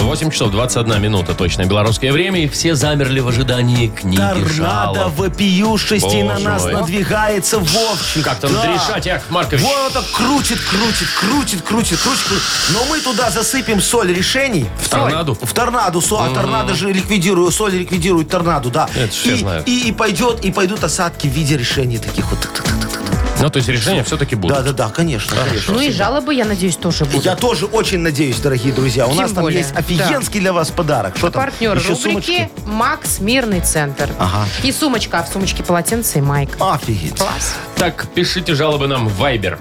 Speaker 3: 8 часов 21 минута, точное белорусское время, и все замерли в ожидании книги
Speaker 4: Торнадо
Speaker 3: жалоб.
Speaker 4: вопиюшести на
Speaker 3: Боже
Speaker 4: нас
Speaker 3: мой.
Speaker 4: надвигается Вовчик.
Speaker 3: Ну Как там
Speaker 4: Да.
Speaker 3: решать, Яков Маркович?
Speaker 4: Вот он так крутит, крутит, крутит, крутит, крутит. крутит. Но мы туда засыпем соль решений.
Speaker 3: В торнадо?
Speaker 4: В торнадо. со- А торнадо же ликвидирует, соль ликвидирует торнадо, да.
Speaker 3: Это все
Speaker 4: и,
Speaker 3: знают.
Speaker 4: И, и пойдет, и пойдут осадки в виде решений таких вот.
Speaker 3: Ну, то есть решения все-таки будут.
Speaker 4: Да-да-да, конечно, конечно.
Speaker 2: Ну и жалобы, я надеюсь, тоже будут.
Speaker 4: Я тоже очень надеюсь, дорогие друзья. У
Speaker 2: Тем
Speaker 4: нас там
Speaker 2: более,
Speaker 4: есть офигенский для вас подарок. Что там?
Speaker 2: Партнер
Speaker 4: Еще
Speaker 2: рубрики
Speaker 4: сумочки?
Speaker 2: «Макс Мирный Центр».
Speaker 4: Ага.
Speaker 2: И сумочка, а в сумочке полотенце и майк.
Speaker 4: Офигеть.
Speaker 2: Класс.
Speaker 3: Так, пишите жалобы нам в Viber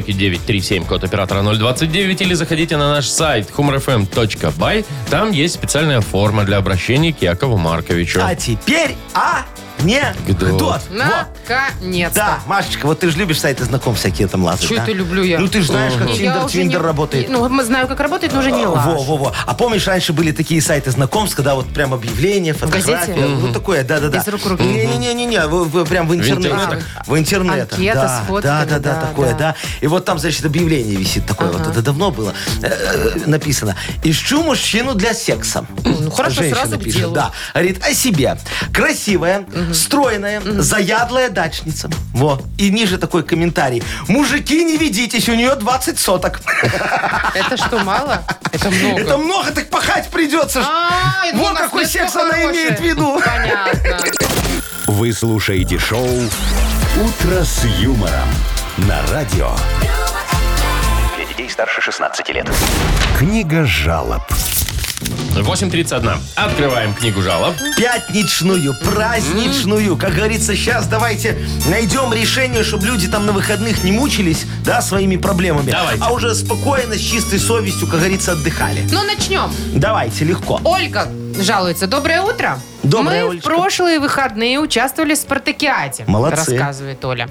Speaker 3: 42937, код оператора 029, или заходите на наш сайт humorfm.by. Там есть специальная форма для обращения к Якову Марковичу.
Speaker 4: А теперь а не
Speaker 3: Гдот.
Speaker 4: гдот. Вот.
Speaker 2: Наконец-то.
Speaker 4: Да, Машечка, вот ты же любишь сайты знакомств всякие там лазать,
Speaker 2: Чё
Speaker 4: да?
Speaker 2: это люблю я?
Speaker 4: Ну ты же знаешь, как
Speaker 2: Я
Speaker 4: Тиндер,
Speaker 2: уже не-
Speaker 4: Твиндер работает.
Speaker 2: Ну, мы знаю, как работает, но уже не лажу.
Speaker 4: Во-во-во. А помнишь, раньше были такие сайты знакомств, когда вот прям объявление,
Speaker 2: газете?
Speaker 4: фотография. Ну, такое, да-да-да.
Speaker 2: Из рук в руки.
Speaker 4: Не-не-не, вы- вы прям в интернетах.
Speaker 3: интернетах.
Speaker 4: В интернетах.
Speaker 2: Анкета
Speaker 4: да,
Speaker 2: с фотками,
Speaker 4: Да-да-да,
Speaker 2: да,
Speaker 4: такое,
Speaker 2: да.
Speaker 4: да. И вот там, значит, объявление висит такое, вот это давно было, э, э, написано. «Ищу мужчину для секса».
Speaker 2: ну, хорошо,
Speaker 4: Женщина
Speaker 2: сразу к
Speaker 4: пишет,
Speaker 2: делу.
Speaker 4: Да. Говорит о себе. Красивая, стройная, заядлая дачница. Во. И ниже такой комментарий. «Мужики, не ведитесь, у нее 20 соток».
Speaker 2: Это что, мало? Это много.
Speaker 4: *laughs* Это много, так пахать придется. ж.
Speaker 2: А, это у
Speaker 4: Вот
Speaker 2: нас
Speaker 4: какой
Speaker 2: нет
Speaker 4: секс
Speaker 2: такого
Speaker 4: она
Speaker 2: хорошего.
Speaker 4: имеет в виду.
Speaker 2: Понятно.
Speaker 1: Вы слушаете шоу «Утро с юмором» на радио.
Speaker 8: Для детей старше 16 лет.
Speaker 1: Книга жалоб.
Speaker 3: 8.31. Открываем книгу жалоб.
Speaker 4: Пятничную, праздничную. Как говорится, сейчас давайте найдем решение, чтобы люди там на выходных не мучились, да, своими проблемами.
Speaker 3: Давайте.
Speaker 4: А уже спокойно, с чистой совестью, как говорится, отдыхали.
Speaker 2: Ну, начнем.
Speaker 4: Давайте, легко.
Speaker 2: Ольга жалуется. Доброе утро.
Speaker 4: Доброе,
Speaker 2: Мы
Speaker 4: Олечка.
Speaker 2: в прошлые выходные участвовали в спартакиаде.
Speaker 4: Молодцы.
Speaker 2: Рассказывает Оля.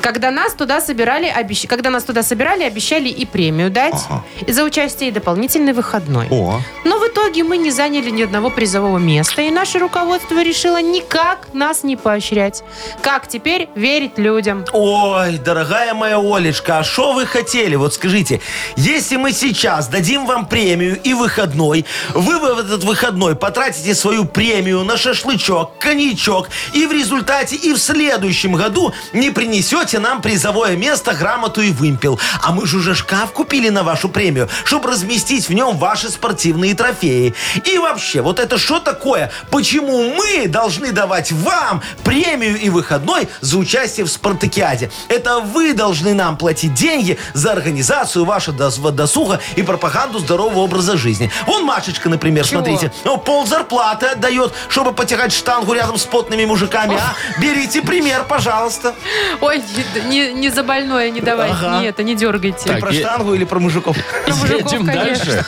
Speaker 2: Когда нас туда собирали, обещ- когда нас туда собирали, обещали и премию дать и за участие и дополнительный выходной.
Speaker 4: О,
Speaker 2: Но в итоге мы не заняли ни одного призового места, и наше руководство решило никак нас не поощрять. Как теперь верить людям?
Speaker 4: Ой, дорогая моя Олечка, а что вы хотели? Вот скажите, если мы сейчас дадим вам премию и выходной, вы в этот выходной потратите свою премию на шашлычок, коньячок, и в результате и в следующем году не принесете нам призовое место, грамоту и вымпел. А мы же уже шкаф купили на вашу премию, чтобы разместить в нем ваши спортивные трофеи. И вообще, вот это что такое? Почему мы должны давать вам премию и выходной за участие в спартакиаде? Это вы должны нам платить деньги за организацию вашего дос- досуга и пропаганду здорового образа жизни. Вон Машечка, например,
Speaker 2: Чего?
Speaker 4: смотрите, ну, пол зарплаты отдает, чтобы потягать штангу рядом с потными мужиками. А? Берите пример, пожалуйста.
Speaker 2: Ой, не, не- не за больное не давайте.
Speaker 4: Ага.
Speaker 2: Нет, не дергайте.
Speaker 3: Так,
Speaker 4: Про
Speaker 3: е-
Speaker 4: штангу или про мужиков?
Speaker 2: Про мужиков,
Speaker 3: едем
Speaker 2: конечно.
Speaker 3: дальше.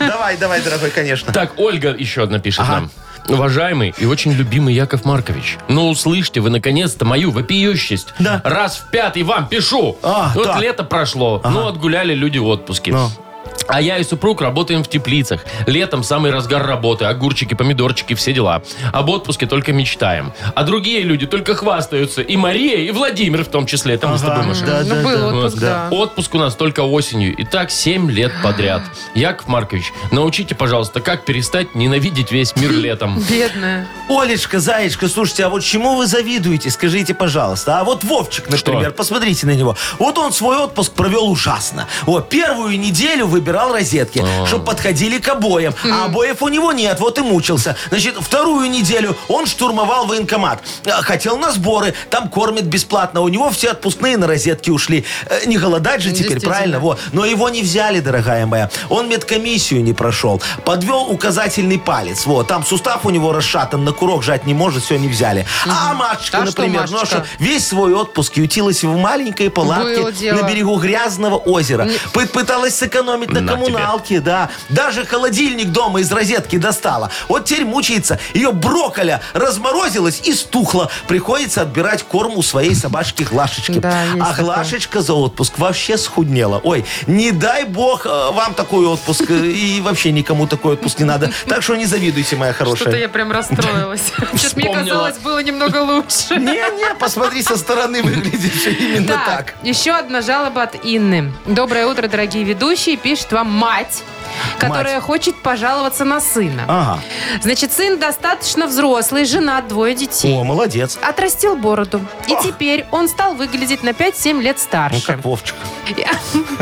Speaker 4: Давай, давай, дорогой, конечно.
Speaker 3: Так, Ольга еще одна пишет нам. Уважаемый и очень любимый Яков Маркович, ну услышьте вы наконец-то мою вопиющесть.
Speaker 4: Да.
Speaker 3: Раз в пятый вам пишу.
Speaker 4: А,
Speaker 3: вот
Speaker 4: так.
Speaker 3: лето прошло, ну отгуляли люди отпуски.
Speaker 4: Ну.
Speaker 3: А я и супруг работаем в теплицах. Летом самый разгар работы. Огурчики, помидорчики, все дела. Об отпуске только мечтаем. А другие люди только хвастаются. И Мария, и Владимир в том числе. Это мы с
Speaker 4: Ага,
Speaker 3: тобой, Маша.
Speaker 4: да,
Speaker 2: Ну, был отпуск, да.
Speaker 3: Отпуск у нас только осенью. И так 7 лет подряд.
Speaker 2: *gasps*
Speaker 3: Яков Маркович, научите, пожалуйста, как перестать ненавидеть весь
Speaker 2: Хм.
Speaker 3: мир летом.
Speaker 2: Бедная.
Speaker 4: Олечка, Заечка, слушайте, а вот чему вы завидуете, скажите, пожалуйста. А вот Вовчик, например, посмотрите на него. Вот он свой отпуск провел ужасно. Вот, первую неделю выбирал розетки, чтобы подходили к обоям. А обоев у него нет, вот и мучился. Значит, вторую неделю он штурмовал военкомат. Э, Хотел на сборы, там кормят бесплатно. У него все отпускные на розетки ушли. Э, Не голодать же теперь,
Speaker 2: Ну, Действительно.
Speaker 4: правильно? Вот. Но его не взяли, дорогая моя. Он медкомиссию не прошел. Подвел указательный палец. Вот. Там сустав у него расшатан, на курок жать не может, все не взяли. А Машечка,
Speaker 2: А что,
Speaker 4: например, ну а
Speaker 2: Машечка?
Speaker 4: что, весь свой отпуск ютилась в маленькой
Speaker 2: Было
Speaker 4: палатке
Speaker 2: дело.
Speaker 4: на берегу грязного озера. Пы- Пыталась сэкономить на,
Speaker 3: На тебе.
Speaker 4: коммуналке, да. Даже холодильник дома из розетки достала. Вот теперь мучается. Ее брокколя разморозилась и стухла. Приходится отбирать корм у своей собачки Глашечки.
Speaker 2: Да, есть
Speaker 4: а
Speaker 2: такое.
Speaker 4: Глашечка Машечка за отпуск вообще схуднела. Ой, не дай бог э, вам такой отпуск. э, И вообще никому такой отпуск не надо. Так что не завидуйте, моя
Speaker 2: Что-то
Speaker 4: хорошая.
Speaker 2: я *laughs* прям расстроилась. Что-то мне
Speaker 3: Вспомнила.
Speaker 2: казалось, было немного
Speaker 4: Ну,
Speaker 2: лучше.
Speaker 4: Не-не, посмотри со стороны, выглядишь именно ну так.
Speaker 2: Еще одна жалоба от Инны. Доброе утро, дорогие ведущие. Пишет общества мать, которая хочет пожаловаться на сына.
Speaker 4: Ага.
Speaker 2: Значит, сын достаточно взрослый, женат, двое детей.
Speaker 4: О, молодец. Ну,
Speaker 2: Отрастил бороду. И теперь он стал выглядеть на 5-7 лет
Speaker 4: Ну,
Speaker 2: старше.
Speaker 4: как Вовчик.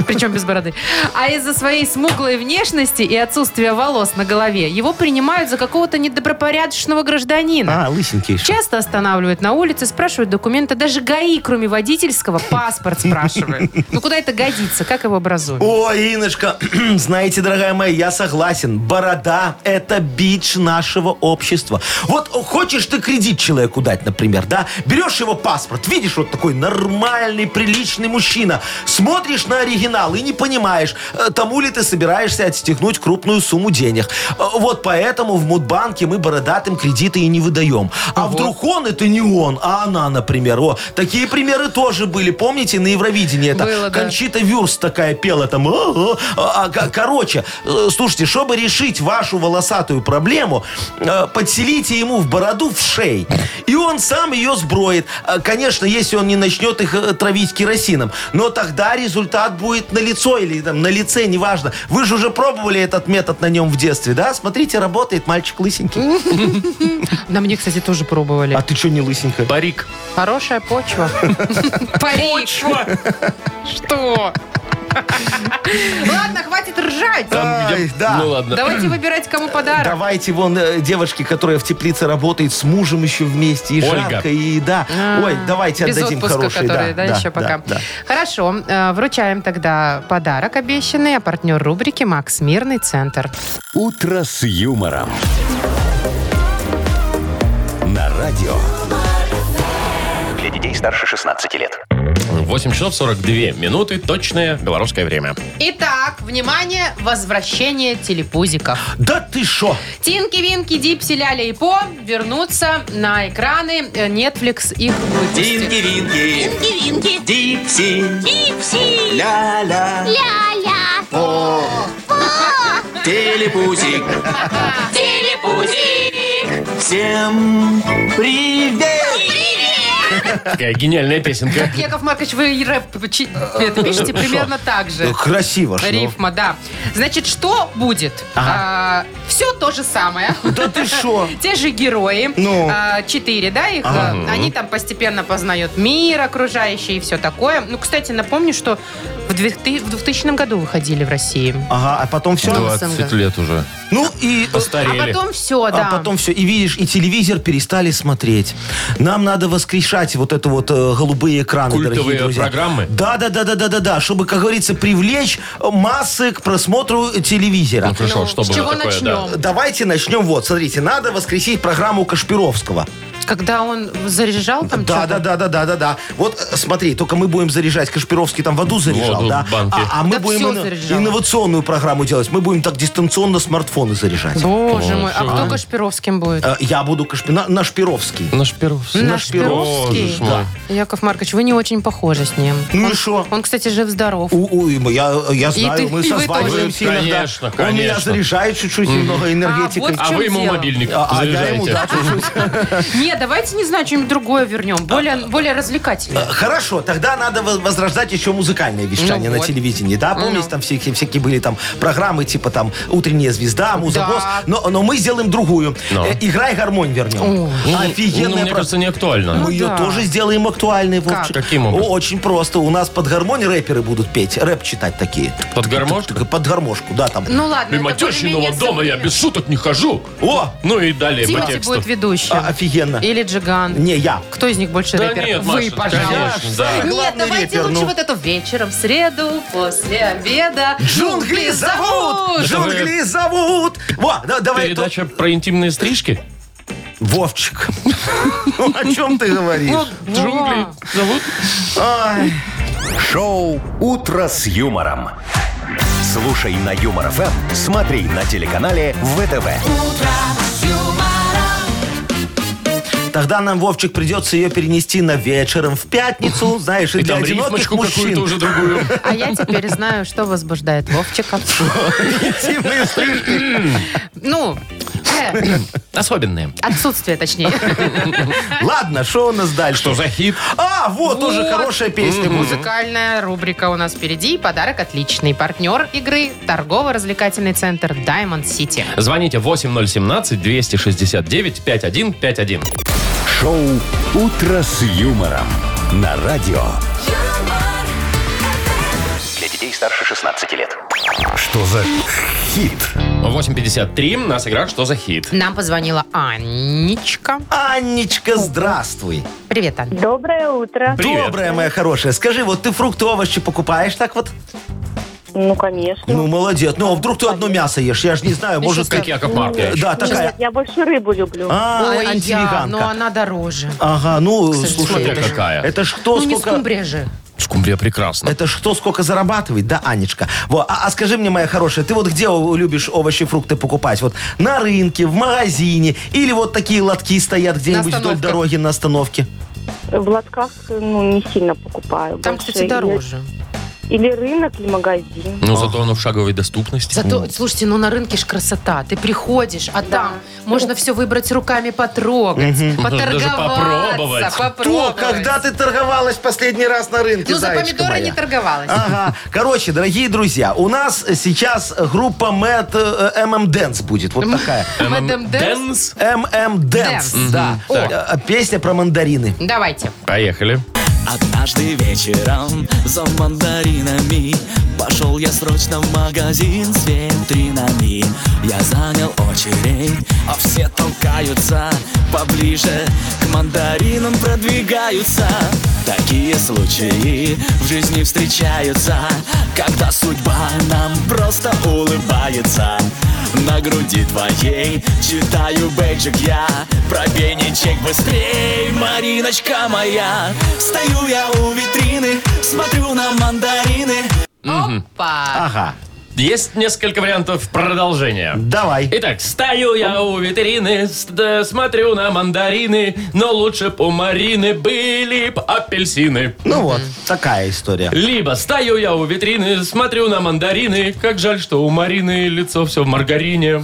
Speaker 2: Причем без бороды. А из-за своей смуглой внешности и отсутствия волос на голове его принимают за какого-то недобропорядочного гражданина.
Speaker 4: А, лысенький. еще.
Speaker 2: Часто останавливают на улице, спрашивают документы. Даже ГАИ, кроме водительского, паспорт спрашивают. Ну куда это годится? Как его образуют?
Speaker 4: О, Иночка, *clears throat* знаете, дорогая моя, я согласен. Борода – это бич нашего общества. Вот хочешь ты кредит человеку дать, например, да? Берешь его паспорт, видишь, вот такой нормальный, приличный мужчина. Смотришь на оригинал и не понимаешь, э, тому ли ты собираешься отстегнуть крупную сумму денег. Э, Вот поэтому в Мудбанке мы бородатым кредиты и не выдаем. А вдруг он – это не он, а она, например. О, такие примеры тоже были, помните, на Евровидении? Это
Speaker 2: Было, да.
Speaker 4: Конч- Чита Вюрст такая пела там. «А, а, а». А, к- Короче, э, слушайте, чтобы решить вашу волосатую проблему, э, подселите ему в бороду в шей. И он сам ее сброит. А, Конечно, если он не начнет их э, травить керосином. Но тогда результат будет на лицо или там, на лице, неважно. Вы же уже пробовали этот метод на нем в детстве, да? Смотрите, работает мальчик лысенький.
Speaker 2: На мне, кстати, тоже пробовали.
Speaker 4: А ты что не лысенькая?
Speaker 3: Парик.
Speaker 2: Хорошая *laughs* почва. Парик. Что? *laughs* Ладно, хватит ржать.
Speaker 4: Ай, да.
Speaker 3: Ну ладно.
Speaker 2: Давайте выбирать, кому подарок.
Speaker 4: Давайте вон э, девушке, которая в теплице работает с мужем еще вместе, и
Speaker 3: Ольга.
Speaker 4: жарко, и да.
Speaker 2: А,
Speaker 4: Ой, давайте
Speaker 2: без
Speaker 4: отдадим
Speaker 2: отпуска,
Speaker 4: хороший.
Speaker 2: который, да, еще пока.
Speaker 4: да, да.
Speaker 2: Хорошо, э, вручаем тогда подарок обещанный, а партнер рубрики «Макс Мирный Центр».
Speaker 1: «Утро с юмором». На радио.
Speaker 8: Для детей старше 16 лет.
Speaker 3: 8 часов 42 минуты. Точное белорусское время.
Speaker 2: Итак, внимание, возвращение телепузиков.
Speaker 4: Да ты шо?
Speaker 2: Тинки, Винки, Дипси, Ляля и По вернутся на экраны. Э, Netflix их выпустит.
Speaker 4: Динги-винги,
Speaker 7: Ингивинки,
Speaker 4: дипси,
Speaker 7: дипси,
Speaker 4: ля-ля,
Speaker 7: ля-ля,
Speaker 4: о, телепузик,
Speaker 7: телепузик,
Speaker 4: всем привет!
Speaker 7: привет!
Speaker 3: Какая гениальная
Speaker 2: *laughs*
Speaker 3: песенка.
Speaker 2: Яков Маркович, вы и рэп чи- это пишете примерно так же.
Speaker 4: Красиво ж, ну.
Speaker 2: Рифма, да. Значит, что будет? все то же самое.
Speaker 4: *laughs* Да ты шо?
Speaker 2: Те же герои.
Speaker 4: Ну.
Speaker 2: А, Четыре, да, их? а, Они там постепенно познают мир окружающий и все такое. Ну, кстати, напомню, что в две- ты- в 2000 году выходили в России.
Speaker 4: Ага, а потом все?
Speaker 2: Да.
Speaker 3: 20 лет уже.
Speaker 4: Ну и...
Speaker 2: А
Speaker 3: Постарели.
Speaker 2: потом все, да.
Speaker 4: А потом все, и видишь, и телевизор перестали смотреть. Нам надо воскрешать вот это вот э, голубые экраны,
Speaker 3: Культовые
Speaker 4: дорогие друзья.
Speaker 3: программы?
Speaker 4: Да, да, да, да, да, да, да, чтобы, как говорится, привлечь э, массы к просмотру телевизора.
Speaker 3: Ну хорошо,
Speaker 2: Ну,
Speaker 3: что
Speaker 2: с
Speaker 3: было
Speaker 2: чего
Speaker 3: такое,
Speaker 2: начнем?
Speaker 3: да.
Speaker 4: Давайте начнем вот. Смотрите, надо воскресить программу Кашпировского.
Speaker 2: Когда он заряжал там
Speaker 4: Да,
Speaker 2: чё-то?
Speaker 4: да, да, да, да, да, да. Вот э, смотри, только мы будем заряжать. Кашпировский там в аду заряжал,
Speaker 3: аду,
Speaker 4: да.
Speaker 3: в банке.
Speaker 4: А, а мы
Speaker 2: Да
Speaker 4: будем
Speaker 2: всё
Speaker 4: ино-
Speaker 2: заряжал.
Speaker 4: инновационную программу делать. Мы будем так дистанционно смартфоны заряжать.
Speaker 2: Боже
Speaker 3: О,
Speaker 2: мой, а
Speaker 3: всё.
Speaker 2: кто Кашпировским будет?
Speaker 4: Э, Я буду Кашпи... на- на Шпировский.
Speaker 3: Наш первый.
Speaker 2: Наш Перовский?
Speaker 3: Боже ж мой.
Speaker 2: Яков Маркович, вы не очень похожи с ним.
Speaker 4: Ну и
Speaker 2: он,
Speaker 4: шо?
Speaker 2: он, кстати, жив-здоров.
Speaker 4: У, у, я, я знаю,
Speaker 2: ты-
Speaker 4: мы
Speaker 2: и вы
Speaker 4: созваниваемся
Speaker 3: тоже.
Speaker 4: иногда.
Speaker 3: Конечно,
Speaker 4: Он меня
Speaker 3: конечно.
Speaker 4: заряжает чуть-чуть немного энергетикой.
Speaker 2: вот
Speaker 3: А
Speaker 2: В чем
Speaker 3: вы ему
Speaker 2: дело?
Speaker 3: мобильник
Speaker 4: А- а я ему, да,
Speaker 3: заряжаете. Ну,
Speaker 4: чуть-чуть.
Speaker 2: Не, давайте, не знаю, что-нибудь другое вернем. Более, более развлекательное.
Speaker 4: Хорошо, тогда надо во- возрождать еще музыкальное вещание
Speaker 2: Ну
Speaker 4: на
Speaker 2: вот. Ну.
Speaker 4: телевидении. Да, помните, там всякие, всякие были там программы, типа там «Утренняя звезда», «Музагос».
Speaker 2: Да.
Speaker 4: Но, но мы сделаем другую.
Speaker 3: Но.
Speaker 4: Э, «Играй гармонь» вернем.
Speaker 3: Ну,
Speaker 4: Офигенная
Speaker 3: мне
Speaker 4: про-
Speaker 3: кажется, не актуально.
Speaker 4: Мы ее
Speaker 2: Ну да.
Speaker 4: тоже сделаем актуальной. Вовчик.
Speaker 3: Каким образом?
Speaker 4: О, Очень просто. У нас под гармонь рэперы будут петь, рэп читать такие.
Speaker 3: Под гармошку?
Speaker 4: Так, Под гармошку, да, там.
Speaker 2: Ну ладно,
Speaker 3: Мимо
Speaker 2: это
Speaker 3: тещиного
Speaker 2: более-менее
Speaker 3: дома я
Speaker 2: современно.
Speaker 3: без шуток не хожу.
Speaker 4: О,
Speaker 3: Ну и далее по
Speaker 2: Тимати
Speaker 3: тексту.
Speaker 2: будет ведущим.
Speaker 4: а, офигенно.
Speaker 2: Или Джиган.
Speaker 4: Не, я.
Speaker 2: Кто из них больше
Speaker 3: Да
Speaker 2: рэпер?
Speaker 3: нет,
Speaker 2: Вы,
Speaker 3: Маша,
Speaker 2: пожалуйста.
Speaker 3: конечно, да.
Speaker 2: Нет,
Speaker 4: Главный
Speaker 2: давайте
Speaker 4: рэпер,
Speaker 2: лучше
Speaker 4: ну.
Speaker 2: вот эту вечером, в среду, после обеда.
Speaker 4: Джунгли зовут! Джунгли зовут! Во, да- давай.
Speaker 3: Передача про интимные стрижки?
Speaker 4: то-
Speaker 3: *laughs*
Speaker 4: Вовчик. Ну, о чем ты говоришь?
Speaker 3: Джунгли зовут?
Speaker 4: Ай.
Speaker 1: Шоу «Утро с юмором». Слушай на Юмор ФМ, смотри на телеканале ВТВ.
Speaker 4: Тогда нам, Вовчик, придется ее перенести на вечером в пятницу, знаешь, и
Speaker 3: И
Speaker 4: для
Speaker 3: там
Speaker 4: одиноких
Speaker 3: рифмочку
Speaker 4: мужчин. *laughs*
Speaker 3: какую-то уже другую.
Speaker 2: А я теперь знаю, что возбуждает Вовчика.
Speaker 4: Интимные стрижки.
Speaker 2: Ну, Э,
Speaker 3: Особенные.
Speaker 2: Отсутствие, точнее.
Speaker 4: Ладно, что у нас дальше?
Speaker 3: Что за хит?
Speaker 4: А, вот, тоже
Speaker 2: Вот.
Speaker 4: хорошая песня будет.
Speaker 2: Музыкальная рубрика у нас впереди. И Подарок отличный. Партнер игры – торгово-развлекательный центр Diamond City.
Speaker 3: Звоните 8017-269-5151.
Speaker 1: Шоу «Утро с юмором» на радио.
Speaker 7: юмор,
Speaker 8: Для детей старше 16 лет.
Speaker 1: Что за хит?
Speaker 3: 8.53. Нас игра «Что за хит?»
Speaker 2: Нам позвонила Анечка.
Speaker 4: Анечка, здравствуй.
Speaker 2: Привет, Ань.
Speaker 9: Доброе утро.
Speaker 3: Привет.
Speaker 4: Добрая моя хорошая. Скажи, вот ты фрукты, овощи покупаешь так вот?
Speaker 9: Ну, конечно.
Speaker 4: Ну, молодец. Ну, а вдруг ты одно мясо ешь? Я же не знаю, может...
Speaker 3: Как
Speaker 4: ты-
Speaker 3: Яков Маркович.
Speaker 4: Да, а такая...
Speaker 9: Я больше рыбу люблю.
Speaker 4: А,
Speaker 2: Ой, я, ну, а-
Speaker 4: антивеганка.
Speaker 2: но она дороже.
Speaker 4: Ага, ну,
Speaker 2: сожалению,
Speaker 4: слушай,
Speaker 3: смотря
Speaker 4: это ж-
Speaker 3: какая.
Speaker 4: это ж кто
Speaker 2: Ну, не
Speaker 4: сколько...
Speaker 2: скумбрия же.
Speaker 3: Скумбрия прекрасна.
Speaker 4: Это что, сколько зарабатывает, да, Анечка? Во, а, а скажи мне, моя хорошая, ты вот где о- любишь овощи, фрукты покупать? Вот на рынке, в магазине или вот такие лотки стоят где-нибудь вдоль
Speaker 2: остановках.
Speaker 4: дороги на остановке?
Speaker 9: В лотках, ну, не сильно покупаю.
Speaker 2: Там,
Speaker 9: Больше
Speaker 2: кстати,
Speaker 9: или-
Speaker 2: дороже.
Speaker 9: Или, рынок, или магазин.
Speaker 3: Ну, зато оно в шаговой доступности.
Speaker 2: Зато, слушайте, ну на рынке ж красота. Ты приходишь, а там можно все выбрать руками потрогать, поторговаться,
Speaker 3: Даже попробовать.
Speaker 4: То,
Speaker 2: попробовать.
Speaker 4: когда ты торговалась последний раз на рынке,
Speaker 2: Ну, за
Speaker 4: зайчка
Speaker 2: помидоры
Speaker 4: моя?
Speaker 2: не торговалась.
Speaker 4: Ага. Короче, дорогие друзья, у нас сейчас группа Mad э, MM Dance будет. Вот такая.
Speaker 2: Мадам Дэнс.
Speaker 3: Дэнс.
Speaker 4: MM Dance,
Speaker 2: Dance.
Speaker 4: да.
Speaker 3: Эм, Мгм, так.
Speaker 4: Э, э, Песня про мандарины.
Speaker 2: Давайте.
Speaker 3: Поехали.
Speaker 10: Однажды вечером за мандаринами Пошел я срочно в магазин с витринами Я занял очередь, а все толкаются Поближе к мандаринам продвигаются Такие случаи в жизни встречаются Когда судьба нам просто улыбается На груди твоей читаю бейджик я Пробей не чек быстрей, Мариночка моя Стою я у витрины, смотрю на мандарины
Speaker 2: Опа.
Speaker 4: Ага.
Speaker 3: Есть несколько вариантов продолжения.
Speaker 4: Давай.
Speaker 3: Итак, стою я у витрины, с- да, смотрю на мандарины, но лучше б у Марины были б апельсины.
Speaker 4: Ну вот, такая история.
Speaker 3: Либо стою я у витрины, смотрю на мандарины, как жаль, что у Марины лицо все в маргарине.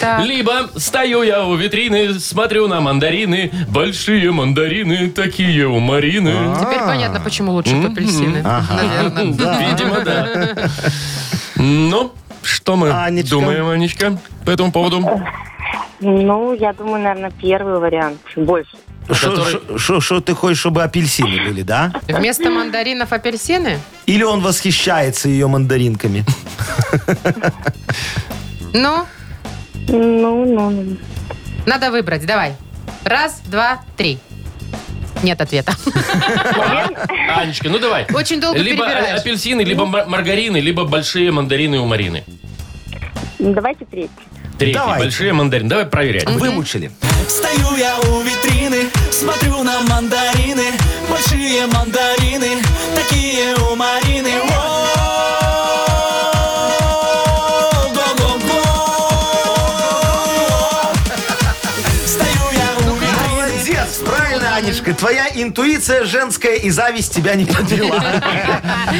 Speaker 2: Так.
Speaker 3: Либо стою я у витрины, смотрю на мандарины, большие мандарины, такие у
Speaker 4: А.
Speaker 3: Марины.
Speaker 2: Теперь понятно, почему лучше апельсины.
Speaker 4: *laughs*
Speaker 2: Наверное.
Speaker 3: Видимо, да. Ну, что мы
Speaker 4: Анечка.
Speaker 3: думаем, Анечка, по этому
Speaker 2: *laughs*
Speaker 3: поводу?
Speaker 9: Ну, я думаю, наверное, первый вариант. Больше.
Speaker 4: Что ты хочешь, чтобы апельсины были, да?
Speaker 2: Вместо мандаринов апельсины?
Speaker 4: Или он восхищается ее мандаринками?
Speaker 2: Ну,
Speaker 9: Ну, ну, ну.
Speaker 2: надо выбрать. Давай. Раз, два, три. Нет ответа.
Speaker 3: Анечка, ну давай.
Speaker 2: Очень долго
Speaker 3: Либо а-
Speaker 2: перебираешь. Ну.
Speaker 3: апельсины, либо мар- маргарины, либо большие мандарины у Марины.
Speaker 9: Давайте третий.
Speaker 3: Третий,
Speaker 4: Давайте.
Speaker 3: большие мандарины. Давай проверять.
Speaker 4: Вымучили.
Speaker 10: Стою я у витрины, смотрю на мандарины Большие мандарины, такие у Марины О, го-го-го. Стою я у витрины
Speaker 4: Молодец, правильно, Анечка. Твоя интуиция женская и зависть тебя не подвела. *laughs*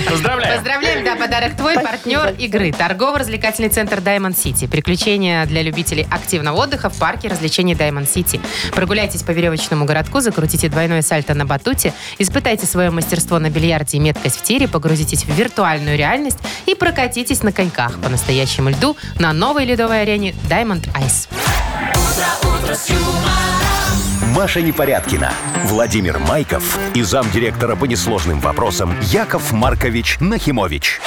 Speaker 3: Поздравляем.
Speaker 2: Поздравляем, да, подарок твой, партнер игры. Торгово-развлекательный центр Diamond City. Приключения для любителей активного отдыха в парке развлечений Diamond City. Прогуляйтесь по веревочному городку, закрутите двойное сальто на батуте, испытайте свое мастерство на бильярде и меткость в тире, погрузитесь в виртуальную реальность и прокатитесь на коньках по настоящему льду на новой ледовой арене Diamond Ice.
Speaker 1: Маша Непорядкина, Владимир Майков и замдиректора по несложным вопросам Яков Маркович Нахимович.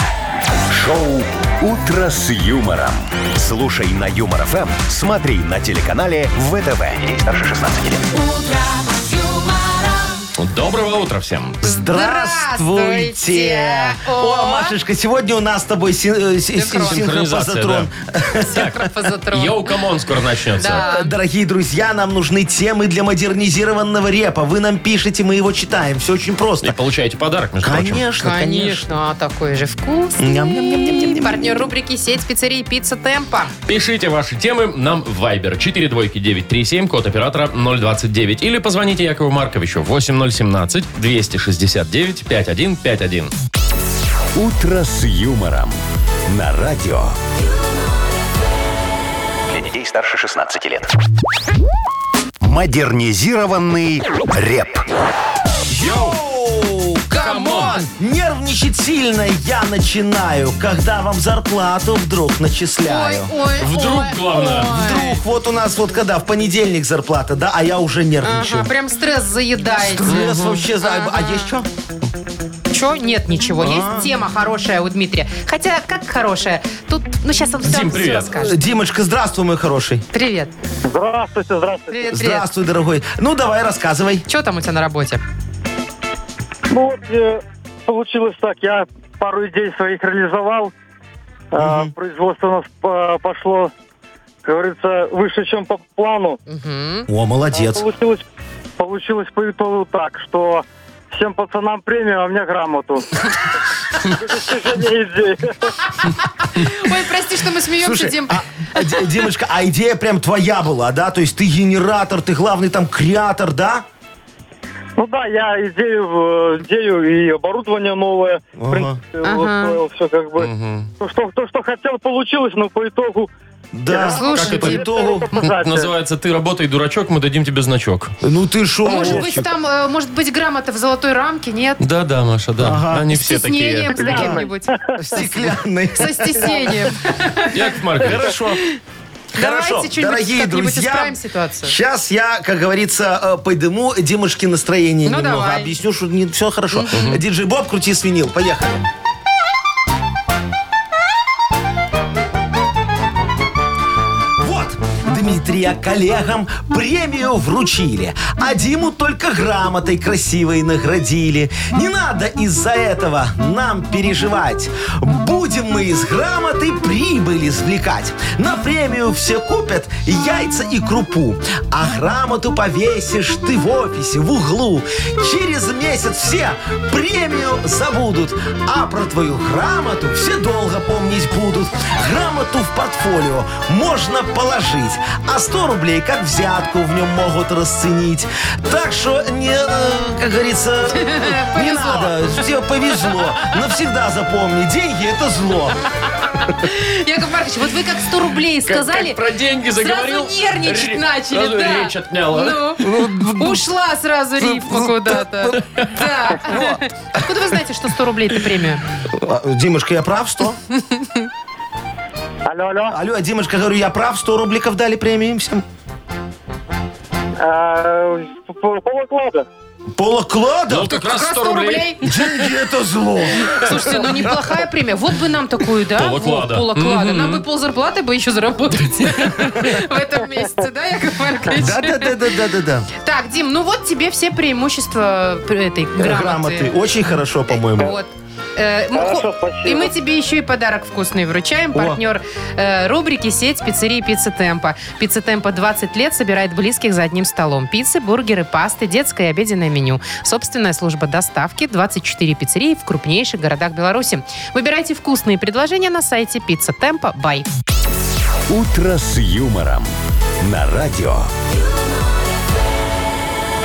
Speaker 1: Шоу «Утро с юмором». Слушай на Юмор ФМ, смотри на телеканале ВТВ. Ей старше 16 лет.
Speaker 3: Доброго утра всем.
Speaker 4: Здравствуйте. О, Машечка, сегодня у нас с тобой син- э, си- си-
Speaker 3: Синхронизация,
Speaker 4: синхропозатрон.
Speaker 2: Синхрофазотрон.
Speaker 3: Йоу, камон, скоро начнется.
Speaker 2: Да.
Speaker 4: Э, Дорогие друзья, нам нужны темы для модернизированного репа. Вы нам пишете, мы его читаем. Все очень
Speaker 3: И
Speaker 4: просто.
Speaker 3: получаете подарок, между прочим.
Speaker 4: Конечно, конечно.
Speaker 2: Конечно, а такой же вкус.
Speaker 4: Ням-ням-ням-ням-ням-ням.
Speaker 2: Партнер рубрики «Сеть пиццерий Пицца Темпа».
Speaker 3: Пишите ваши темы нам в Viber 42937, код оператора 029. Или позвоните Якову Марковичу 8017-269-5151.
Speaker 1: «Утро с юмором» на радио.
Speaker 8: детей старше 16 лет.
Speaker 1: Модернизированный реп.
Speaker 4: Йоу! Камон! Нервничать сильно я начинаю, когда вам зарплату вдруг
Speaker 2: Ой,
Speaker 4: начисляю.
Speaker 2: ой,
Speaker 3: Вдруг,
Speaker 2: ой,
Speaker 3: главное,
Speaker 2: ой.
Speaker 4: Вдруг, вот у нас вот когда, в понедельник зарплата, да, а я уже нервничаю.
Speaker 2: Ага, прям стресс заедаете.
Speaker 4: Стресс вообще, за- а есть что?
Speaker 2: Че? Нет
Speaker 3: А.
Speaker 2: ничего. Есть тема хорошая у Дмитрия. Хотя, как хорошая? Тут, ну, сейчас он все,
Speaker 3: Дим, привет.
Speaker 2: расскажет.
Speaker 4: Димочка, здравствуй, мой хороший.
Speaker 2: Привет.
Speaker 5: Здравствуйте, здравствуйте.
Speaker 2: Привет, привет.
Speaker 4: Здравствуй, дорогой. Ну, давай, рассказывай.
Speaker 2: Что там у тебя на работе?
Speaker 5: Ну вот э, получилось так, я пару идей своих реализовал, А, производство у нас по- пошло, как говорится, выше, чем по плану.
Speaker 2: Мгм.
Speaker 4: О,
Speaker 5: А
Speaker 4: молодец.
Speaker 5: Получилось, получилось по итогу так, что всем пацанам премию, а мне грамоту. Достижение идей.
Speaker 2: Ой, прости, что мы смеемся,
Speaker 4: Слушай,
Speaker 2: Дим.
Speaker 4: а, а, Ди- Димочка, а идея прям твоя была, да? То есть ты генератор, ты главный там креатор, да?
Speaker 5: Ну да, я идею, э, идею и оборудование новое. В
Speaker 4: Ага.
Speaker 5: принципе,
Speaker 2: Ага.
Speaker 5: устроил все как бы. То, что, то, что хотел, получилось, но по итогу...
Speaker 4: Да. А
Speaker 2: Слушай,
Speaker 4: как и по
Speaker 2: Дим.
Speaker 4: итогу.
Speaker 5: показатель.
Speaker 3: Называется «Ты работай, дурачок, мы дадим тебе значок».
Speaker 4: Ну ты шо,
Speaker 2: Может быть,
Speaker 4: Вовчик?
Speaker 2: там, э, может быть, грамота в золотой рамке, нет?
Speaker 3: Да-да, Маша, да.
Speaker 4: Ага.
Speaker 3: Они
Speaker 2: С
Speaker 3: все такие.
Speaker 2: стеснением, с каким-нибудь.
Speaker 4: Стеклянный.
Speaker 2: *laughs* Со стеснением.
Speaker 3: Яков Маркович. Хорошо.
Speaker 4: Хорошо,
Speaker 2: Давайте что-нибудь
Speaker 4: дорогие
Speaker 2: как-нибудь
Speaker 4: друзья,
Speaker 2: исправим ситуацию.
Speaker 4: сейчас я, как говорится, э, подыму Димушке настроение
Speaker 2: Ну,
Speaker 4: немного.
Speaker 2: давай.
Speaker 4: Объясню, что не, все хорошо. Диджей Боб, крути свинил. Поехали. Вот, Дмитрия коллегам премию вручили, а Диму только грамотой красивой наградили. Не надо из-за этого нам переживать. Будем мы из грамоты прибыль извлекать. На премию все купят яйца и крупу, а грамоту повесишь ты в офисе, в углу. Через месяц все премию забудут, а про твою грамоту все долго помнить будут. Грамоту в портфолио можно положить, а 100 рублей как взятку в нем могут расценить. Так что, не, э, как говорится, не надо, все повезло. Навсегда запомни, деньги это зло.
Speaker 2: Яков Маркович, вот вы как 100 рублей сказали,
Speaker 3: Как про деньги заговорил.
Speaker 2: сразу нервничать
Speaker 3: ре-
Speaker 2: начали,
Speaker 3: сразу
Speaker 2: да.
Speaker 3: речь отняла.
Speaker 2: Ну, ушла сразу рифма куда-то. Да. Откуда вы знаете, что 100 рублей это премия?
Speaker 4: А, Димушка, я прав, что?
Speaker 5: Алло, алло.
Speaker 4: Алло, а Димушка, говорю, я прав, 100 рубликов дали премии им всем.
Speaker 5: Э, по- По поводу оклада.
Speaker 4: Полоклада?
Speaker 3: Ну, как раз 100
Speaker 2: 100
Speaker 3: рублей.
Speaker 4: Деньги это зло.
Speaker 2: Слушайте, ну неплохая премия. Вот бы нам такую, да?
Speaker 3: Полоклада.
Speaker 2: Вот, полоклада. Нам бы ползарплаты бы еще заработать в этом месяце, да, Яков Маркович?
Speaker 4: Да, да, да, да, да, да, да.
Speaker 2: Так, Дим, ну вот тебе все преимущества э, этой
Speaker 4: Грамоты.
Speaker 2: грамоты.
Speaker 4: Очень хорошо, по-моему.
Speaker 2: Вот. Э, мы-
Speaker 5: Хорошо,
Speaker 2: хо-
Speaker 5: спасибо.
Speaker 2: И мы тебе еще и подарок вкусный вручаем. Партнер э, рубрики «Сеть пиццерии Пицца Темпа». Пицца Темпа 20 лет собирает близких за одним столом. Пиццы, бургеры, пасты, детское и обеденное меню. Собственная служба доставки 24 пиццерии в крупнейших городах Беларуси. Выбирайте вкусные предложения на сайте «Пицца Темпа». Бай.
Speaker 1: Утро с юмором. На радио.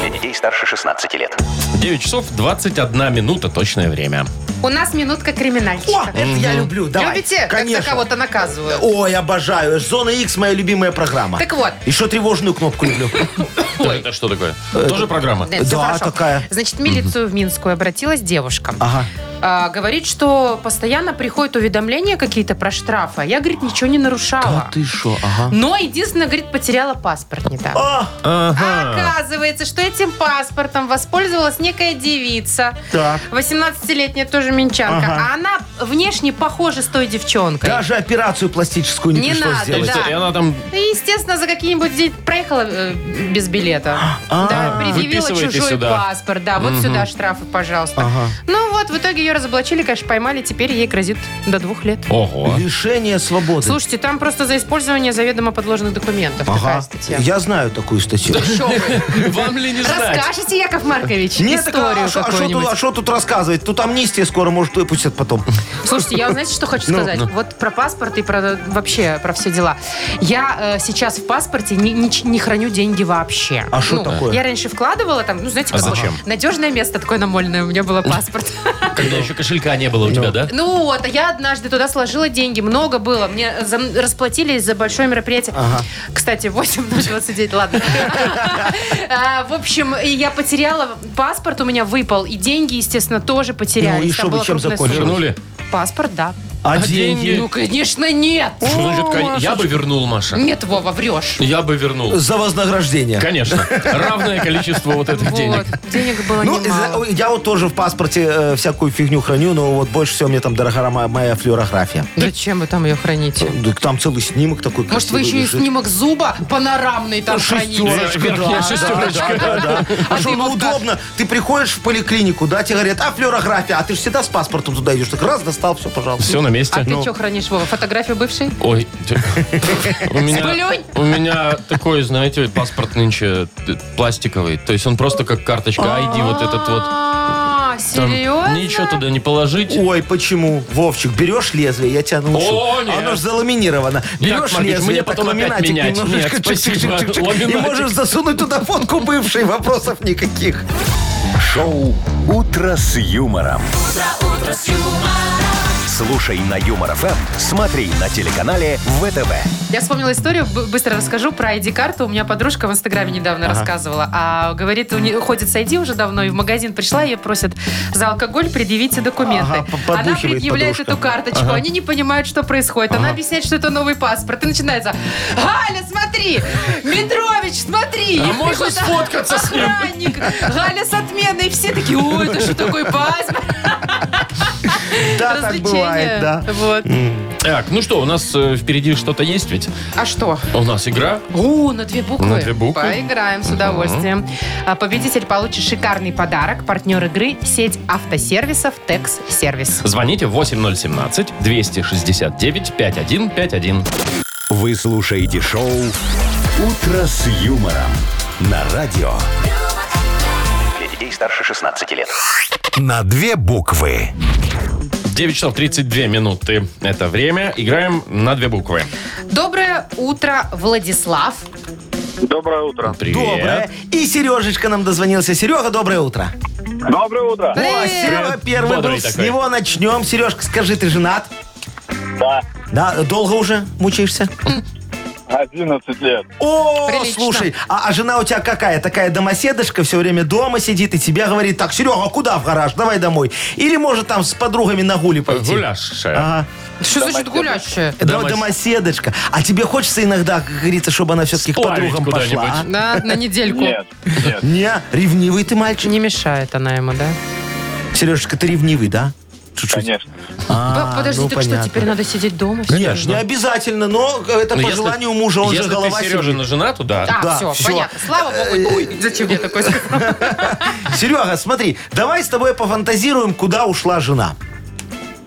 Speaker 8: Для детей старше 16 лет.
Speaker 3: 9 часов 21 минута точное время.
Speaker 2: У нас минутка криминальчика.
Speaker 4: О, это я люблю, давай.
Speaker 2: Любите,
Speaker 4: Конечно.
Speaker 2: когда кого-то наказывают?
Speaker 4: Ой, обожаю. Зона X моя любимая программа.
Speaker 2: Так вот.
Speaker 4: Еще тревожную кнопку люблю.
Speaker 3: Это что такое?
Speaker 2: Э,
Speaker 3: Тоже программа?
Speaker 2: Нет, всё
Speaker 4: Да,
Speaker 2: хорошо.
Speaker 4: такая.
Speaker 2: Значит, в милицию в Минскую обратилась девушка.
Speaker 4: Ага.
Speaker 2: А, говорит, что постоянно приходят уведомления какие-то про штрафы. А Я, говорит, ничего не нарушала.
Speaker 4: А ты что? Ага.
Speaker 2: Но единственное, говорит, потеряла паспорт не так.
Speaker 4: А,
Speaker 3: Ага.
Speaker 2: Оказывается, что этим паспортом воспользовалась некая девица.
Speaker 4: Так.
Speaker 2: 18-летняя тоже минчанка.
Speaker 4: Ага.
Speaker 2: А она внешне похожа с той девчонкой.
Speaker 4: даже операцию пластическую не,
Speaker 2: Не
Speaker 4: пришлось
Speaker 2: надо,
Speaker 3: То
Speaker 4: сделать.
Speaker 3: есть,
Speaker 2: да.
Speaker 3: И она там
Speaker 2: И, естественно, за какие-нибудь день проехала э, без билета.
Speaker 4: А,
Speaker 2: Да, предъявила
Speaker 3: выписывайте
Speaker 2: чужой
Speaker 3: сюда.
Speaker 2: паспорт. Да, вот сюда штрафы, пожалуйста.
Speaker 4: Ага.
Speaker 2: Ну вот, в итоге ее разоблачили, конечно, поймали. Теперь ей грозит до двух лет.
Speaker 3: Ого.
Speaker 4: Лишение свободы.
Speaker 2: Слушайте, там просто за использование заведомо подложных документов такая
Speaker 4: Ага.
Speaker 2: статья.
Speaker 4: Я знаю такую статью.
Speaker 2: Чё
Speaker 4: *laughs*
Speaker 2: вы?
Speaker 3: Вам ли не знать?
Speaker 2: Расскажете, Яков Маркович,
Speaker 4: Нет, так, а
Speaker 2: историю
Speaker 4: шо- а что тут,
Speaker 2: какую-нибудь?
Speaker 4: а шо тут рассказывать? Тут амнистия скоро, может, выпустят потом.
Speaker 2: Слушайте, я, знаете, что хочу
Speaker 3: Ну,
Speaker 2: сказать?
Speaker 3: ну.
Speaker 2: Вот про паспорт и про вообще про все дела. Я э, сейчас в паспорте ни- ни ч- не храню деньги вообще.
Speaker 4: А что
Speaker 2: Ну,
Speaker 4: такое?
Speaker 2: Я раньше вкладывала там, ну, знаете,
Speaker 3: А
Speaker 2: как бы
Speaker 3: зачем?
Speaker 2: надежное место такое намольное у меня
Speaker 4: *laughs*
Speaker 2: было паспорт.
Speaker 3: Когда еще кошелька не было у тебя, да?
Speaker 2: Ну вот, а я однажды туда сложила деньги, много было. Мне за- расплатились за большое мероприятие. Кстати, 8.29,
Speaker 4: *laughs*
Speaker 2: ладно. А, В общем, и я потеряла, паспорт у меня выпал, и деньги, естественно, тоже потеряли.
Speaker 4: Ну и
Speaker 2: Там
Speaker 4: что вы,
Speaker 2: была
Speaker 4: чем
Speaker 2: крупная
Speaker 4: закончились?
Speaker 2: сумма.
Speaker 3: Вернули?
Speaker 2: Паспорт, да.
Speaker 4: А
Speaker 3: деньги?
Speaker 4: деньги?
Speaker 2: Ну, конечно, нет.
Speaker 3: Что значит, кон- я бы вернул, Маша.
Speaker 2: Нет, Вова, врешь.
Speaker 3: Я бы вернул.
Speaker 4: За вознаграждение.
Speaker 3: Конечно. Равное количество вот этих денег.
Speaker 2: Вот, денег было
Speaker 4: Ну,
Speaker 2: немало.
Speaker 4: за- я вот тоже в паспорте э, всякую фигню храню, но вот больше всего мне там дорога моя, моя флюорография.
Speaker 2: Зачем вы там ее храните?
Speaker 4: Да Там целый снимок такой
Speaker 2: Может, вы
Speaker 4: красивый
Speaker 2: еще и
Speaker 4: лежит.
Speaker 2: снимок зуба панорамный
Speaker 4: Ну,
Speaker 2: там храните?
Speaker 4: Шестерочка,
Speaker 3: Верхняя
Speaker 4: да,
Speaker 3: шестерочка.
Speaker 4: да, да, да.
Speaker 2: А
Speaker 4: А что,
Speaker 2: ты
Speaker 4: ну
Speaker 2: вот как?
Speaker 4: удобно. Ты приходишь в поликлинику, да, тебе говорят, а флюорография, а ты же всегда с паспортом туда идешь. Так раз, достал, все, пожалуйста.
Speaker 3: Все на месте.
Speaker 2: А ты
Speaker 3: Ну.
Speaker 2: что хранишь, Вова? Фотографию бывшей?
Speaker 3: Ой, ть- у меня,
Speaker 2: Сплюнь.
Speaker 3: у меня такой, знаете, паспорт нынче т- пластиковый. То есть он просто как карточка ID, вот этот вот.
Speaker 2: А,
Speaker 3: Там
Speaker 2: серьезно?
Speaker 3: ничего туда не положить.
Speaker 4: Ой, почему? Вовчик, берешь лезвие, я тебя научу.
Speaker 3: О, нет.
Speaker 4: Оно же заламинировано.
Speaker 3: Яков
Speaker 4: Берешь
Speaker 3: Маркович, мне
Speaker 4: лезвие, так
Speaker 3: потом опять
Speaker 4: ламинатик
Speaker 3: менять.
Speaker 4: немножечко
Speaker 3: Нет, спасибо.
Speaker 4: чик-чик-чик-чик, и
Speaker 3: Ламинатик.
Speaker 4: можешь засунуть туда фотку бывшей, вопросов никаких.
Speaker 1: Шоу «Утро с юмором». Слушай на Юмор ФМ, смотри на телеканале ВТВ.
Speaker 2: Я вспомнила историю, б- быстро расскажу про ID-карту. У меня подружка в Инстаграме недавно рассказывала. А говорит, у нее ходит с ID уже давно, и в магазин пришла, ее просят за алкоголь предъявите документы.
Speaker 4: Ага, п-
Speaker 2: Она
Speaker 4: подухивает
Speaker 2: предъявляет
Speaker 4: подружка.
Speaker 2: эту карточку, они не понимают, что происходит. Она объясняет, что это новый паспорт. И начинается, Галя, смотри, Митрович, смотри.
Speaker 3: А
Speaker 2: И
Speaker 3: можно
Speaker 2: приходит
Speaker 3: сфоткаться с ним?
Speaker 2: охранник, Галя с отменой. И все такие, ой, это что такой паспорт?
Speaker 4: Да, так
Speaker 2: Развлечение.
Speaker 4: бывает, да.
Speaker 2: Вот.
Speaker 3: Так, ну что, у нас э, впереди что-то есть ведь?
Speaker 2: А что?
Speaker 3: У нас игра.
Speaker 2: О, на две буквы.
Speaker 3: На две буквы.
Speaker 2: Поиграем с удовольствием. А Победитель получит шикарный подарок. Партнер игры – сеть автосервисов «Текс Сервис».
Speaker 3: Звоните 8017-269-5151.
Speaker 1: Вы слушаете шоу «Утро с юмором» на радио.
Speaker 8: Для детей старше 16 лет.
Speaker 1: На две буквы.
Speaker 3: 9 часов 32 минуты. Это время. Играем на две буквы.
Speaker 2: Доброе утро, Владислав.
Speaker 5: Доброе утро.
Speaker 4: Доброе.
Speaker 3: Привет.
Speaker 4: И Сережечка нам дозвонился. Серега, доброе утро.
Speaker 5: Доброе утро.
Speaker 4: О,
Speaker 2: Привет.
Speaker 4: Серега первый
Speaker 3: Бодрый
Speaker 4: был. С
Speaker 3: такой.
Speaker 4: него начнем. Сережка, скажи, ты женат?
Speaker 5: Да,
Speaker 4: Да, долго уже мучаешься?
Speaker 5: 11 лет.
Speaker 4: О,
Speaker 2: Прилично.
Speaker 4: слушай, а, а жена у тебя какая? Такая домоседушка, все время дома сидит и тебе говорит, так, Серега, а куда в гараж? Давай домой. Или может там с подругами на гули пойти? А,
Speaker 3: Гуляша.
Speaker 4: Ага.
Speaker 2: Что значит гулящая?
Speaker 4: Да,
Speaker 3: Домос-
Speaker 4: домоседочка. А тебе хочется иногда, как говорится, чтобы она все-таки к
Speaker 3: Сплавить
Speaker 4: подругам
Speaker 3: куда-нибудь.
Speaker 4: пошла? а?
Speaker 2: На, на недельку.
Speaker 5: Нет, нет.
Speaker 4: Не, ревнивый ты мальчик.
Speaker 2: Не мешает она ему, да?
Speaker 4: Сережечка, ты ревнивый, да? Чуть-чуть.
Speaker 5: Конечно.
Speaker 4: А,
Speaker 2: П- Подожди,
Speaker 4: ну,
Speaker 2: так что,
Speaker 4: понятно.
Speaker 2: теперь надо сидеть дома? что ли?
Speaker 4: Нет, не обязательно, но это
Speaker 3: Ну,
Speaker 4: по
Speaker 3: если-
Speaker 4: желанию мужа, он же
Speaker 3: если
Speaker 4: голова
Speaker 3: ты Сережина
Speaker 4: семьи.
Speaker 3: жена, то да.
Speaker 2: А,
Speaker 4: Да,
Speaker 2: все,
Speaker 4: всё. Э,
Speaker 2: понятно. Слава богу. Ой, зачем я такой сказала?
Speaker 4: *laughs* Серега, смотри, давай с тобой пофантазируем, куда ушла жена.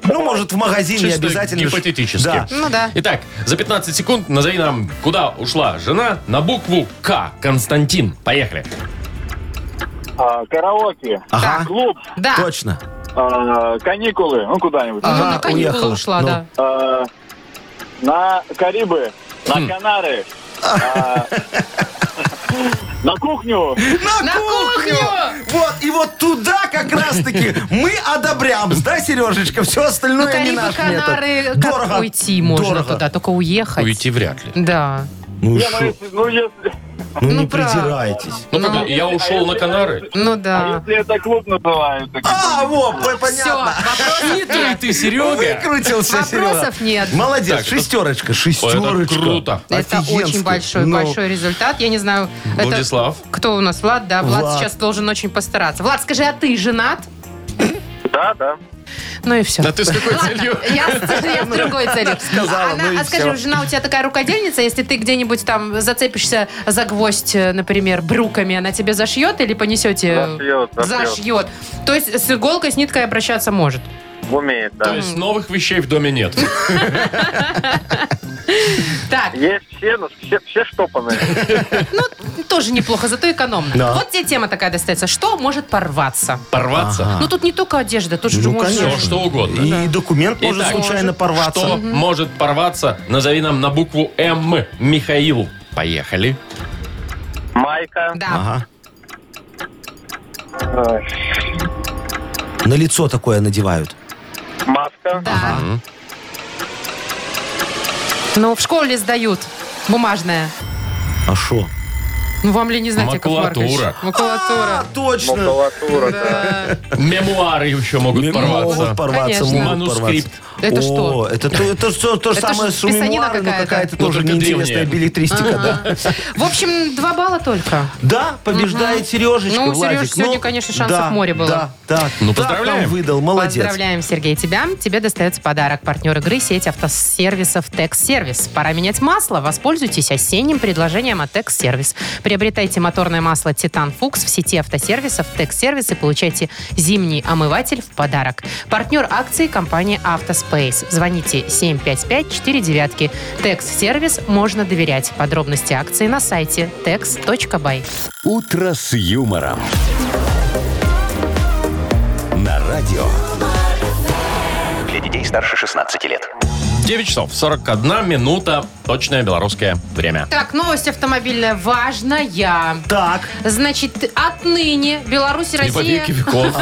Speaker 4: Ну, может, в магазин не
Speaker 3: Чисто
Speaker 4: обязательно. ж-
Speaker 3: гипотетически.
Speaker 4: Да.
Speaker 2: Ну да.
Speaker 3: Итак, за 15 секунд назови нам, куда ушла жена на букву К. Константин. Поехали.
Speaker 5: А, караоке,
Speaker 4: Ага.
Speaker 5: клуб,
Speaker 2: Да.
Speaker 4: Точно.
Speaker 5: а, каникулы, ну куда-нибудь.
Speaker 2: Ну,
Speaker 4: Ага,
Speaker 2: на каникулы
Speaker 4: уехала.
Speaker 2: ушла,
Speaker 4: Ну.
Speaker 2: да.
Speaker 5: А, на Карибы, на Канары, а, на кухню.
Speaker 2: На кухню!
Speaker 4: Вот, и вот туда как раз-таки мы одобрям, да, Сережечка? Все
Speaker 2: Ну,
Speaker 4: остальное не
Speaker 2: Карибы,
Speaker 4: наш
Speaker 2: Канары,
Speaker 4: метод. Дорого.
Speaker 2: как уйти можно
Speaker 4: Дорого.
Speaker 2: туда? Только уехать.
Speaker 3: Уйти вряд ли.
Speaker 2: Да.
Speaker 4: Ну,
Speaker 5: Я,
Speaker 4: шо,
Speaker 5: ну, если- ну, если,
Speaker 4: ну не
Speaker 2: Ну, правда.
Speaker 4: придирайтесь.
Speaker 3: Ну, как бы, я ушел на Канары.
Speaker 2: Ну да.
Speaker 5: А если это клуб называется.
Speaker 4: А, вот, по- понятно.
Speaker 2: *laughs*
Speaker 3: Хитрый ты, Серега.
Speaker 4: Выкрутился,
Speaker 2: Вопросов
Speaker 4: Серега.
Speaker 2: нет.
Speaker 4: Молодец,
Speaker 3: Так, это-
Speaker 4: шестерочка, шестерочка.
Speaker 3: Ой, это круто.
Speaker 2: Это очень
Speaker 4: Офигенски.
Speaker 2: большой,
Speaker 4: Ну,
Speaker 2: большой результат. Я не знаю, это-
Speaker 3: Владислав.
Speaker 2: кто у нас? Влад, да. Влад,
Speaker 4: Влад.
Speaker 2: сейчас должен очень постараться. Влад, скажи, а ты женат?
Speaker 5: Да, да.
Speaker 2: Ну и все.
Speaker 3: Да ты с какой целью?
Speaker 2: Я, с- я с
Speaker 4: *laughs*
Speaker 2: другой целью.
Speaker 4: сказала,
Speaker 2: а, она-
Speaker 4: ну и
Speaker 2: а скажи,
Speaker 4: всё.
Speaker 2: жена у тебя такая рукодельница, если ты где-нибудь там зацепишься за гвоздь, э, например, брюками, она тебе зашьет или понесете?
Speaker 5: Зашьет, зашьет.
Speaker 2: Зашьет. То есть с иголкой, с ниткой обращаться может.
Speaker 5: Умеет,
Speaker 3: То
Speaker 5: да.
Speaker 3: есть новых вещей в доме нет.
Speaker 2: Так,
Speaker 5: Есть все, но все, все
Speaker 4: *laughs*
Speaker 5: штопанные.
Speaker 2: тоже неплохо, зато экономно.
Speaker 4: Да.
Speaker 2: Вот тебе тема такая достается. Что может порваться?
Speaker 3: Порваться?
Speaker 2: Ну тут не только одежда, тут же
Speaker 4: А. Ну,
Speaker 2: можно-
Speaker 4: конечно.
Speaker 3: Все, что угодно.
Speaker 4: И документ может
Speaker 3: Итак,
Speaker 4: случайно порваться.
Speaker 3: Что может порваться? Назови нам на букву М. Михаил. Поехали.
Speaker 5: Майка.
Speaker 2: Да.
Speaker 4: Ага. На лицо такое надевают.
Speaker 5: Маска.
Speaker 2: Да. Ну, в школе сдают. Бумажная.
Speaker 4: А что?
Speaker 2: Ну, вам ли не знать, Яков Маркович?
Speaker 3: Макулатура.
Speaker 4: А,
Speaker 2: Макулатура.
Speaker 4: точно.
Speaker 5: Макулатура.
Speaker 2: Да.
Speaker 3: Мемуары еще могут
Speaker 4: Могут
Speaker 3: порваться.
Speaker 4: порваться,
Speaker 2: Конечно.
Speaker 4: могут
Speaker 3: Манускрипт.
Speaker 4: порваться.
Speaker 2: Это
Speaker 4: О,
Speaker 2: что?
Speaker 4: Это то, это что, то же
Speaker 2: Это
Speaker 4: самое
Speaker 2: ж
Speaker 4: с мемуарами,
Speaker 2: писанина
Speaker 4: но
Speaker 2: какая-то.
Speaker 4: какая-то
Speaker 3: Ну,
Speaker 4: тоже
Speaker 3: только
Speaker 4: неинтересная
Speaker 3: древняя.
Speaker 4: билетристика. да.
Speaker 2: В общем, два балла только.
Speaker 4: Да, побеждает Сережечка,
Speaker 2: Ну, у Сережи
Speaker 4: Владик.
Speaker 2: сегодня, конечно, шансов море было.
Speaker 4: Да, да.
Speaker 3: Ну,
Speaker 4: Так нам
Speaker 3: поздравляем.
Speaker 4: выдал, молодец.
Speaker 2: Поздравляем, Сергей, тебя. Тебе достается подарок. Партнер игры – сеть автосервисов «Текс-сервис». Пора менять масло. Воспользуйтесь осенним предложением от «Текс-сервис». Приобретайте моторное масло «Титан Фукс» в сети автосервисов «Текс-сервис» и получайте зимний омыватель в подарок. Партнер акции – компания «Автоспейс». Звоните 755-49. «Текс-сервис» можно доверять. Подробности акции на сайте tex.by.
Speaker 1: «Утро с юмором». На радио.
Speaker 8: Для детей старше 16 лет.
Speaker 3: 9 часов 41 минута. Точное белорусское время.
Speaker 2: Так, новость автомобильная важная.
Speaker 4: Так,
Speaker 2: Значит, отныне Беларусь
Speaker 3: Не
Speaker 2: и Россия *laughs*
Speaker 3: побей веков.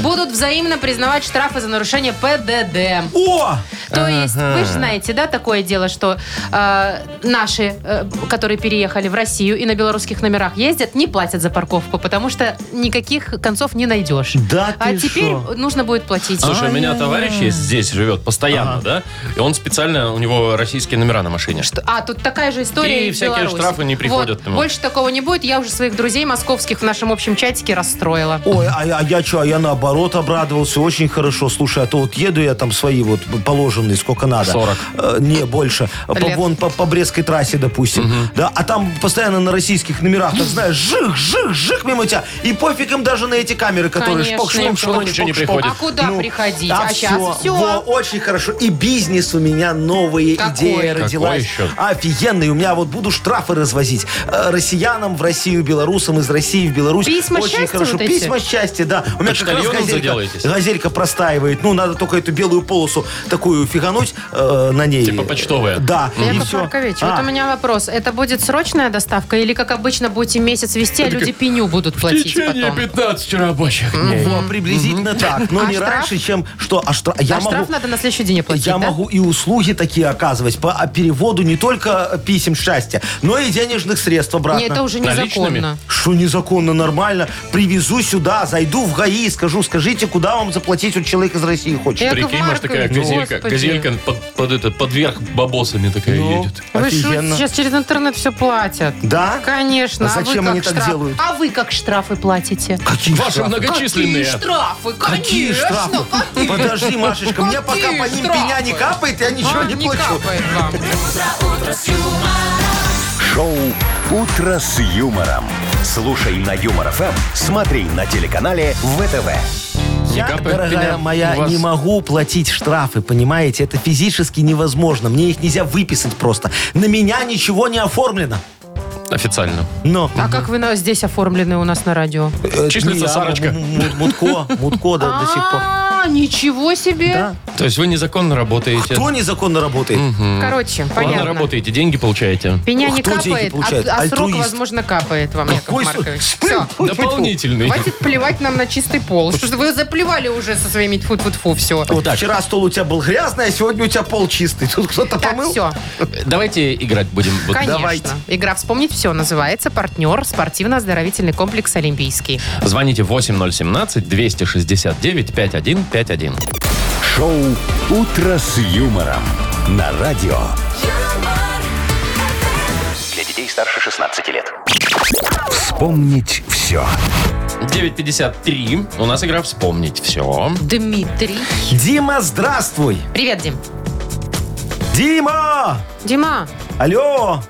Speaker 2: будут взаимно признавать штрафы за нарушение ПДД.
Speaker 4: о,
Speaker 2: То есть, вы же знаете, да, такое дело, что э, наши, э, которые переехали в Россию и на белорусских номерах ездят, не платят за парковку, потому что никаких концов не найдешь.
Speaker 4: Да
Speaker 2: А
Speaker 4: ты
Speaker 2: теперь
Speaker 4: шо?
Speaker 2: нужно будет платить.
Speaker 3: Слушай, у меня товарищ есть здесь живет постоянно, да? И он специально, у него российские номера на машине.
Speaker 2: Что- А, тут такая же история
Speaker 3: И
Speaker 2: и, в
Speaker 3: всякие
Speaker 2: Беларуси.
Speaker 3: штрафы не приходят
Speaker 2: Вот,
Speaker 3: ему.
Speaker 2: Больше такого не будет. Я уже своих друзей московских в нашем общем чатике расстроила.
Speaker 4: Ой, а, я- а я что, а я наоборот обрадовался, очень хорошо. Слушай, а то вот еду я там свои вот положенные, сколько надо.
Speaker 3: 40.
Speaker 4: Э, не, больше. По,
Speaker 2: Лет.
Speaker 4: вон по, по Брестской трассе, допустим. Да, а там постоянно на российских номерах, так знаешь, жих, жих, жих мимо тебя. И пофиг им даже на эти камеры, которые
Speaker 2: Конечно,
Speaker 4: шпок,
Speaker 2: им
Speaker 4: шпок,
Speaker 3: все равно
Speaker 4: шпок,
Speaker 3: ничего не
Speaker 4: шпок, шпок.
Speaker 3: приходит.
Speaker 2: А куда
Speaker 4: Ну,
Speaker 2: приходить?
Speaker 4: да,
Speaker 2: а сейчас все.
Speaker 4: Во, очень хорошо. И бизнес у меня новые
Speaker 2: Какой?
Speaker 4: идеи
Speaker 2: Какой
Speaker 4: родилась.
Speaker 3: еще?
Speaker 4: Офигенный. У меня вот буду штрафы развозить. Э, Россиянам в Россию, белорусам из России в Беларусь.
Speaker 2: Письма
Speaker 4: очень
Speaker 2: счастья
Speaker 4: хорошо.
Speaker 2: вот эти?
Speaker 4: Письма счастья, да. У меня как раз
Speaker 3: Почтальоном заделаетесь?
Speaker 4: газелька, газелька простаивает. Ну, надо только эту белую полосу такую фигануть э, на ней. Э,
Speaker 3: Типа почтовая.
Speaker 4: Да. и
Speaker 2: Яков
Speaker 4: всё.
Speaker 2: Маркович,
Speaker 4: А,
Speaker 2: вот у меня вопрос. Это будет срочная доставка или, как обычно, будете месяц вести, а люди пеню будут платить потом?
Speaker 3: 15 рабочих
Speaker 4: во, приблизительно так. Но
Speaker 2: А
Speaker 4: не
Speaker 2: штраф?
Speaker 4: раньше, чем что. А, штраф- я
Speaker 2: а штраф
Speaker 4: могу-
Speaker 2: надо на следующий день оплатить,
Speaker 4: Я
Speaker 2: да?
Speaker 4: могу и услуги такие оказывать по а, переводу не только писем счастья, но и денежных средств обратно.
Speaker 2: Не, это уже
Speaker 3: Наличными?
Speaker 2: незаконно.
Speaker 4: Что незаконно, нормально. Привезу сюда, зайду в ГАИ и скажу, скажите, куда вам заплатить, вот человек из России хочет.
Speaker 2: Яков
Speaker 3: Прикинь, может, такая
Speaker 2: Маркович,
Speaker 3: газелька,
Speaker 2: господи.
Speaker 3: газелька под, под это, под верх бабосами такая
Speaker 4: Ну,
Speaker 3: едет.
Speaker 2: Вы что,
Speaker 4: офигенно.
Speaker 2: сейчас через интернет все платят.
Speaker 4: Да?
Speaker 2: Конечно.
Speaker 4: А
Speaker 2: вы
Speaker 4: зачем
Speaker 2: как
Speaker 4: они так
Speaker 2: штраф-
Speaker 4: делают?
Speaker 2: А вы как штрафы платите?
Speaker 4: Какие
Speaker 3: Ваши
Speaker 4: штрафы?
Speaker 3: многочисленные.
Speaker 2: Какие штрафы?
Speaker 4: Какие
Speaker 2: Конечно,
Speaker 4: штрафы? Подожди, Машечка, мне пока
Speaker 2: Какие
Speaker 4: по ним
Speaker 2: штрафы?
Speaker 4: пеня не капает, я ничего
Speaker 2: А,
Speaker 4: не
Speaker 2: не
Speaker 4: плачу.
Speaker 2: капает вам.
Speaker 1: Шоу «Утро с юмором». Слушай на Юмор ФМ, смотри на телеканале ВТВ.
Speaker 4: Я,
Speaker 3: капает
Speaker 4: дорогая
Speaker 3: пеня
Speaker 4: моя,
Speaker 3: у вас.
Speaker 4: не могу платить штрафы, понимаете? Это физически невозможно. Мне их нельзя выписать просто. На меня ничего не оформлено.
Speaker 3: Официально.
Speaker 4: Но...
Speaker 2: А как вы на- здесь оформлены у нас на радио?
Speaker 4: Э,
Speaker 3: Числится
Speaker 4: не я,
Speaker 3: Сарочка.
Speaker 4: М- М- Мутко, Мутко до до сих пор.
Speaker 2: А, ничего себе.
Speaker 4: Да.
Speaker 3: То есть вы незаконно работаете.
Speaker 4: Кто незаконно работает?
Speaker 2: Короче,
Speaker 3: Ладно,
Speaker 2: понятно.
Speaker 3: работаете, деньги получаете.
Speaker 2: Пеня не
Speaker 4: Кто деньги
Speaker 2: капает,
Speaker 4: получает?
Speaker 2: а, а срок,
Speaker 4: Альтруист.
Speaker 2: возможно, капает вам, Яков
Speaker 4: Ой,
Speaker 2: Маркович.
Speaker 4: фу,
Speaker 2: Все.
Speaker 4: фу, фу, фу.
Speaker 3: Дополнительный.
Speaker 2: Хватит плевать нам на чистый пол. Что ж вы заплевали уже со своими тьфу тьфу фу все.
Speaker 4: Вот вчера стол у тебя был грязный, а сегодня у тебя пол чистый. Тут кто-то
Speaker 2: Так,
Speaker 4: помыл?
Speaker 2: все,
Speaker 3: Давайте играть будем. Вот.
Speaker 2: конечно.
Speaker 4: давайте.
Speaker 2: Игра «Вспомнить все» называется «Партнер спортивно-оздоровительный комплекс Олимпийский».
Speaker 3: Звоните 8017-269-5151.
Speaker 1: Шоу «Утро с юмором» на радио.
Speaker 8: Для детей старше 16 лет.
Speaker 1: Вспомнить все.
Speaker 3: 9.53. У нас игра «Вспомнить все».
Speaker 2: Дмитрий.
Speaker 4: Дима, здравствуй.
Speaker 2: Привет, Дим.
Speaker 4: Дима!
Speaker 2: Дима,
Speaker 4: Алло!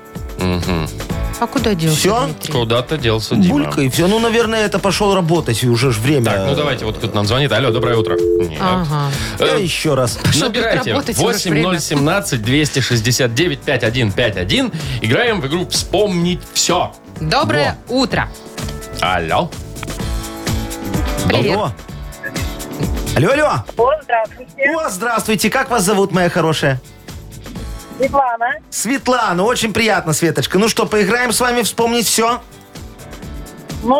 Speaker 2: А куда делся?
Speaker 4: Всё?
Speaker 2: Дмитрий?
Speaker 3: Куда-то делся Дима.
Speaker 4: Булька и все. Ну, наверное, это пошел работать, и уже ж время.
Speaker 3: Так, ну давайте, вот кто-то нам звонит. Алло, доброе утро. Нет. Э,
Speaker 2: Ага.
Speaker 4: Я еще раз.
Speaker 2: Пошел тут
Speaker 3: Набирайте
Speaker 2: работать, уже
Speaker 3: 8017-269-5151. Играем в игру «Вспомнить все».
Speaker 2: Доброе утро.
Speaker 3: Алло.
Speaker 2: Привет.
Speaker 4: Алло. Алло, алло. О, здравствуйте. Как вас зовут, моя хорошая?
Speaker 9: Светлана,
Speaker 4: Светлана. Очень приятно, Светочка. Ну что, поиграем с вами, вспомнить все?
Speaker 9: ну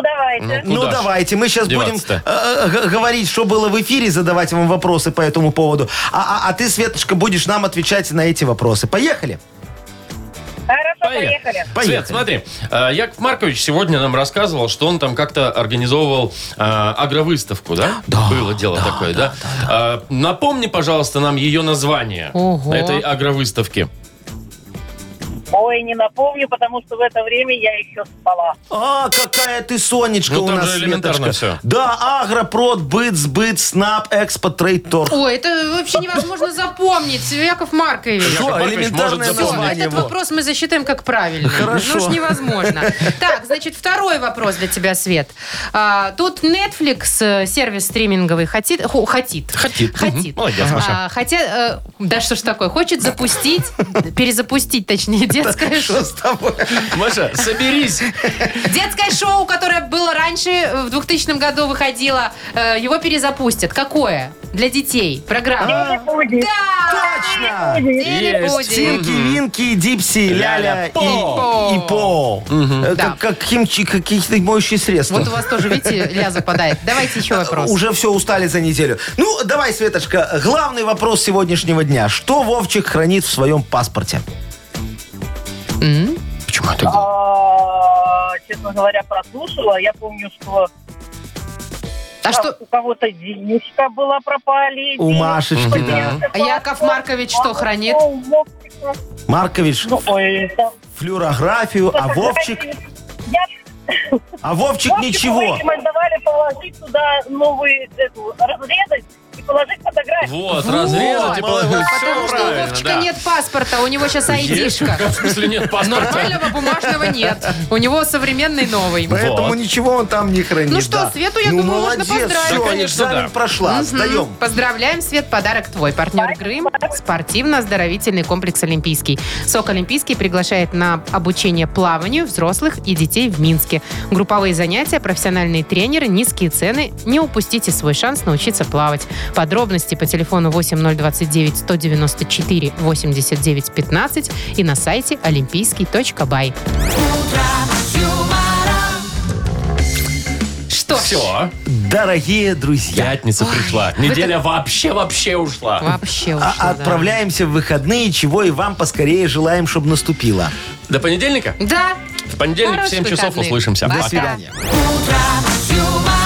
Speaker 3: Куда
Speaker 9: давайте.
Speaker 4: ну
Speaker 3: ж
Speaker 4: давайте, мы сейчас будем
Speaker 3: деваться-то?
Speaker 4: э, э, г- говорить, что было в эфире, задавать вам вопросы по этому поводу. А, а- а ты, Светочка, будешь нам отвечать на эти вопросы. Поехали? Ну,
Speaker 9: Хорошо,
Speaker 3: Поехали. Свет, смотри, э, Яков Маркович сегодня нам рассказывал, что он там как-то организовывал э, агровыставку, да?
Speaker 4: Да,
Speaker 3: Было дело
Speaker 4: да,
Speaker 3: такое, да? Э, Напомни, пожалуйста, нам ее название
Speaker 2: Ого.
Speaker 3: этой агровыставки.
Speaker 9: Ой, не напомню, потому что в это время я еще спала.
Speaker 4: А, какая ты сонечка
Speaker 3: Ну,
Speaker 4: у
Speaker 3: там
Speaker 4: нас,
Speaker 3: же элементарно всё.
Speaker 4: Светочка. Да, агропрод, быт, сбыт, снап, экспорт, трейд, торг.
Speaker 2: Ой, это вообще невозможно запомнить, Яков Маркович.
Speaker 3: Яков
Speaker 4: Всё,
Speaker 3: Маркович
Speaker 4: элементарное
Speaker 3: может запомнить.
Speaker 2: Всё,
Speaker 4: название.
Speaker 2: этот
Speaker 4: во.
Speaker 2: вопрос мы засчитаем как правильный.
Speaker 4: Хорошо.
Speaker 2: Ну ж
Speaker 3: *laughs*
Speaker 2: невозможно. Так, значит, второй вопрос для тебя, Свет. А, тут Netflix, э, сервис стриминговый, хотит... хо- хотит.
Speaker 3: Хотит.
Speaker 2: Хотит.
Speaker 3: Мгм. Молодец, Маша.
Speaker 2: А, хотя, э, да что ж такое, хочет запустить,
Speaker 3: *laughs*
Speaker 2: перезапустить, точнее, детское шоу.
Speaker 4: Что *laughs* с тобой?
Speaker 3: Маша, соберись.
Speaker 2: Детское шоу, которое было раньше, э, в 2000 году выходило, э, его перезапустят. Какое? Для детей.
Speaker 3: А,
Speaker 2: Программа. Да!
Speaker 4: Точно!
Speaker 2: Телебудин.
Speaker 4: Тинки, Винки, Дипси, Ляля и, и По. Э,
Speaker 2: Да.
Speaker 4: Как, как химчи- какие-то моющие средства.
Speaker 2: Вот у вас тоже, видите, ля западает. Давайте
Speaker 3: А,
Speaker 2: еще вопрос.
Speaker 4: Уже все устали за неделю. Ну, давай, Светочка, главный вопрос сегодняшнего дня. Что Вовчик хранит в своем паспорте?
Speaker 2: М?
Speaker 3: Почему это?
Speaker 9: А, Честно говоря, прослушала. Я помню, что
Speaker 2: А что,
Speaker 9: у кого-то денежка была пропали.
Speaker 4: У Машечки,
Speaker 3: Мгм.
Speaker 4: да.
Speaker 2: а Яков Маркович что
Speaker 4: А
Speaker 2: хранит?
Speaker 4: Маркович
Speaker 9: Ну, ой, да.
Speaker 4: флюорографию, а Вовчик...
Speaker 9: Я
Speaker 4: А Вовчик
Speaker 9: Вовчику
Speaker 4: ничего.
Speaker 9: рекомендовали положить туда новые, эту, разрезать и положить фотографии.
Speaker 3: Вот, разрезать и
Speaker 2: Вот.
Speaker 3: положить. Всё
Speaker 2: Потому что у
Speaker 3: правильно,
Speaker 2: Вовчика
Speaker 3: да.
Speaker 2: нет паспорта, у него сейчас
Speaker 3: Есть? Как,
Speaker 2: айдишка.
Speaker 3: В смысле нет паспорта?
Speaker 2: Нормального бумажного нет. У него современный новый.
Speaker 4: Поэтому
Speaker 3: Вот.
Speaker 4: ничего он там не хранит.
Speaker 2: Ну что,
Speaker 4: да.
Speaker 2: Свету, я думаю, можно
Speaker 4: молодец,
Speaker 2: поздравить.
Speaker 4: всё,
Speaker 3: Да, конечно,
Speaker 4: экзамен
Speaker 3: да.
Speaker 4: прошла. Сдаем.
Speaker 2: Поздравляем, Свет, подарок твой. Партнер игры – спортивно-оздоровительный комплекс «Олимпийский». СОК «Олимпийский» приглашает на обучение плаванию взрослых и детей в Минске. Групповые занятия, профессиональные тренеры, низкие цены. Не упустите свой шанс научиться плавать. Подробности по телефону 8029 194 89 15 и на сайте олимпийский.бай. Что? ж,
Speaker 3: Все,
Speaker 4: Дорогие друзья,
Speaker 3: пятница пришла. Неделя вообще-вообще ушла.
Speaker 2: Вообще
Speaker 4: а-
Speaker 2: ушло, да.
Speaker 4: отправляемся в выходные, чего и вам поскорее желаем, чтобы наступило.
Speaker 3: До понедельника?
Speaker 2: Да.
Speaker 3: В понедельник в
Speaker 2: Хороших
Speaker 3: 7 часов
Speaker 2: выходных.
Speaker 3: услышимся.
Speaker 2: Пока.
Speaker 3: Пока.
Speaker 4: До свидания.
Speaker 10: Утро с юмором.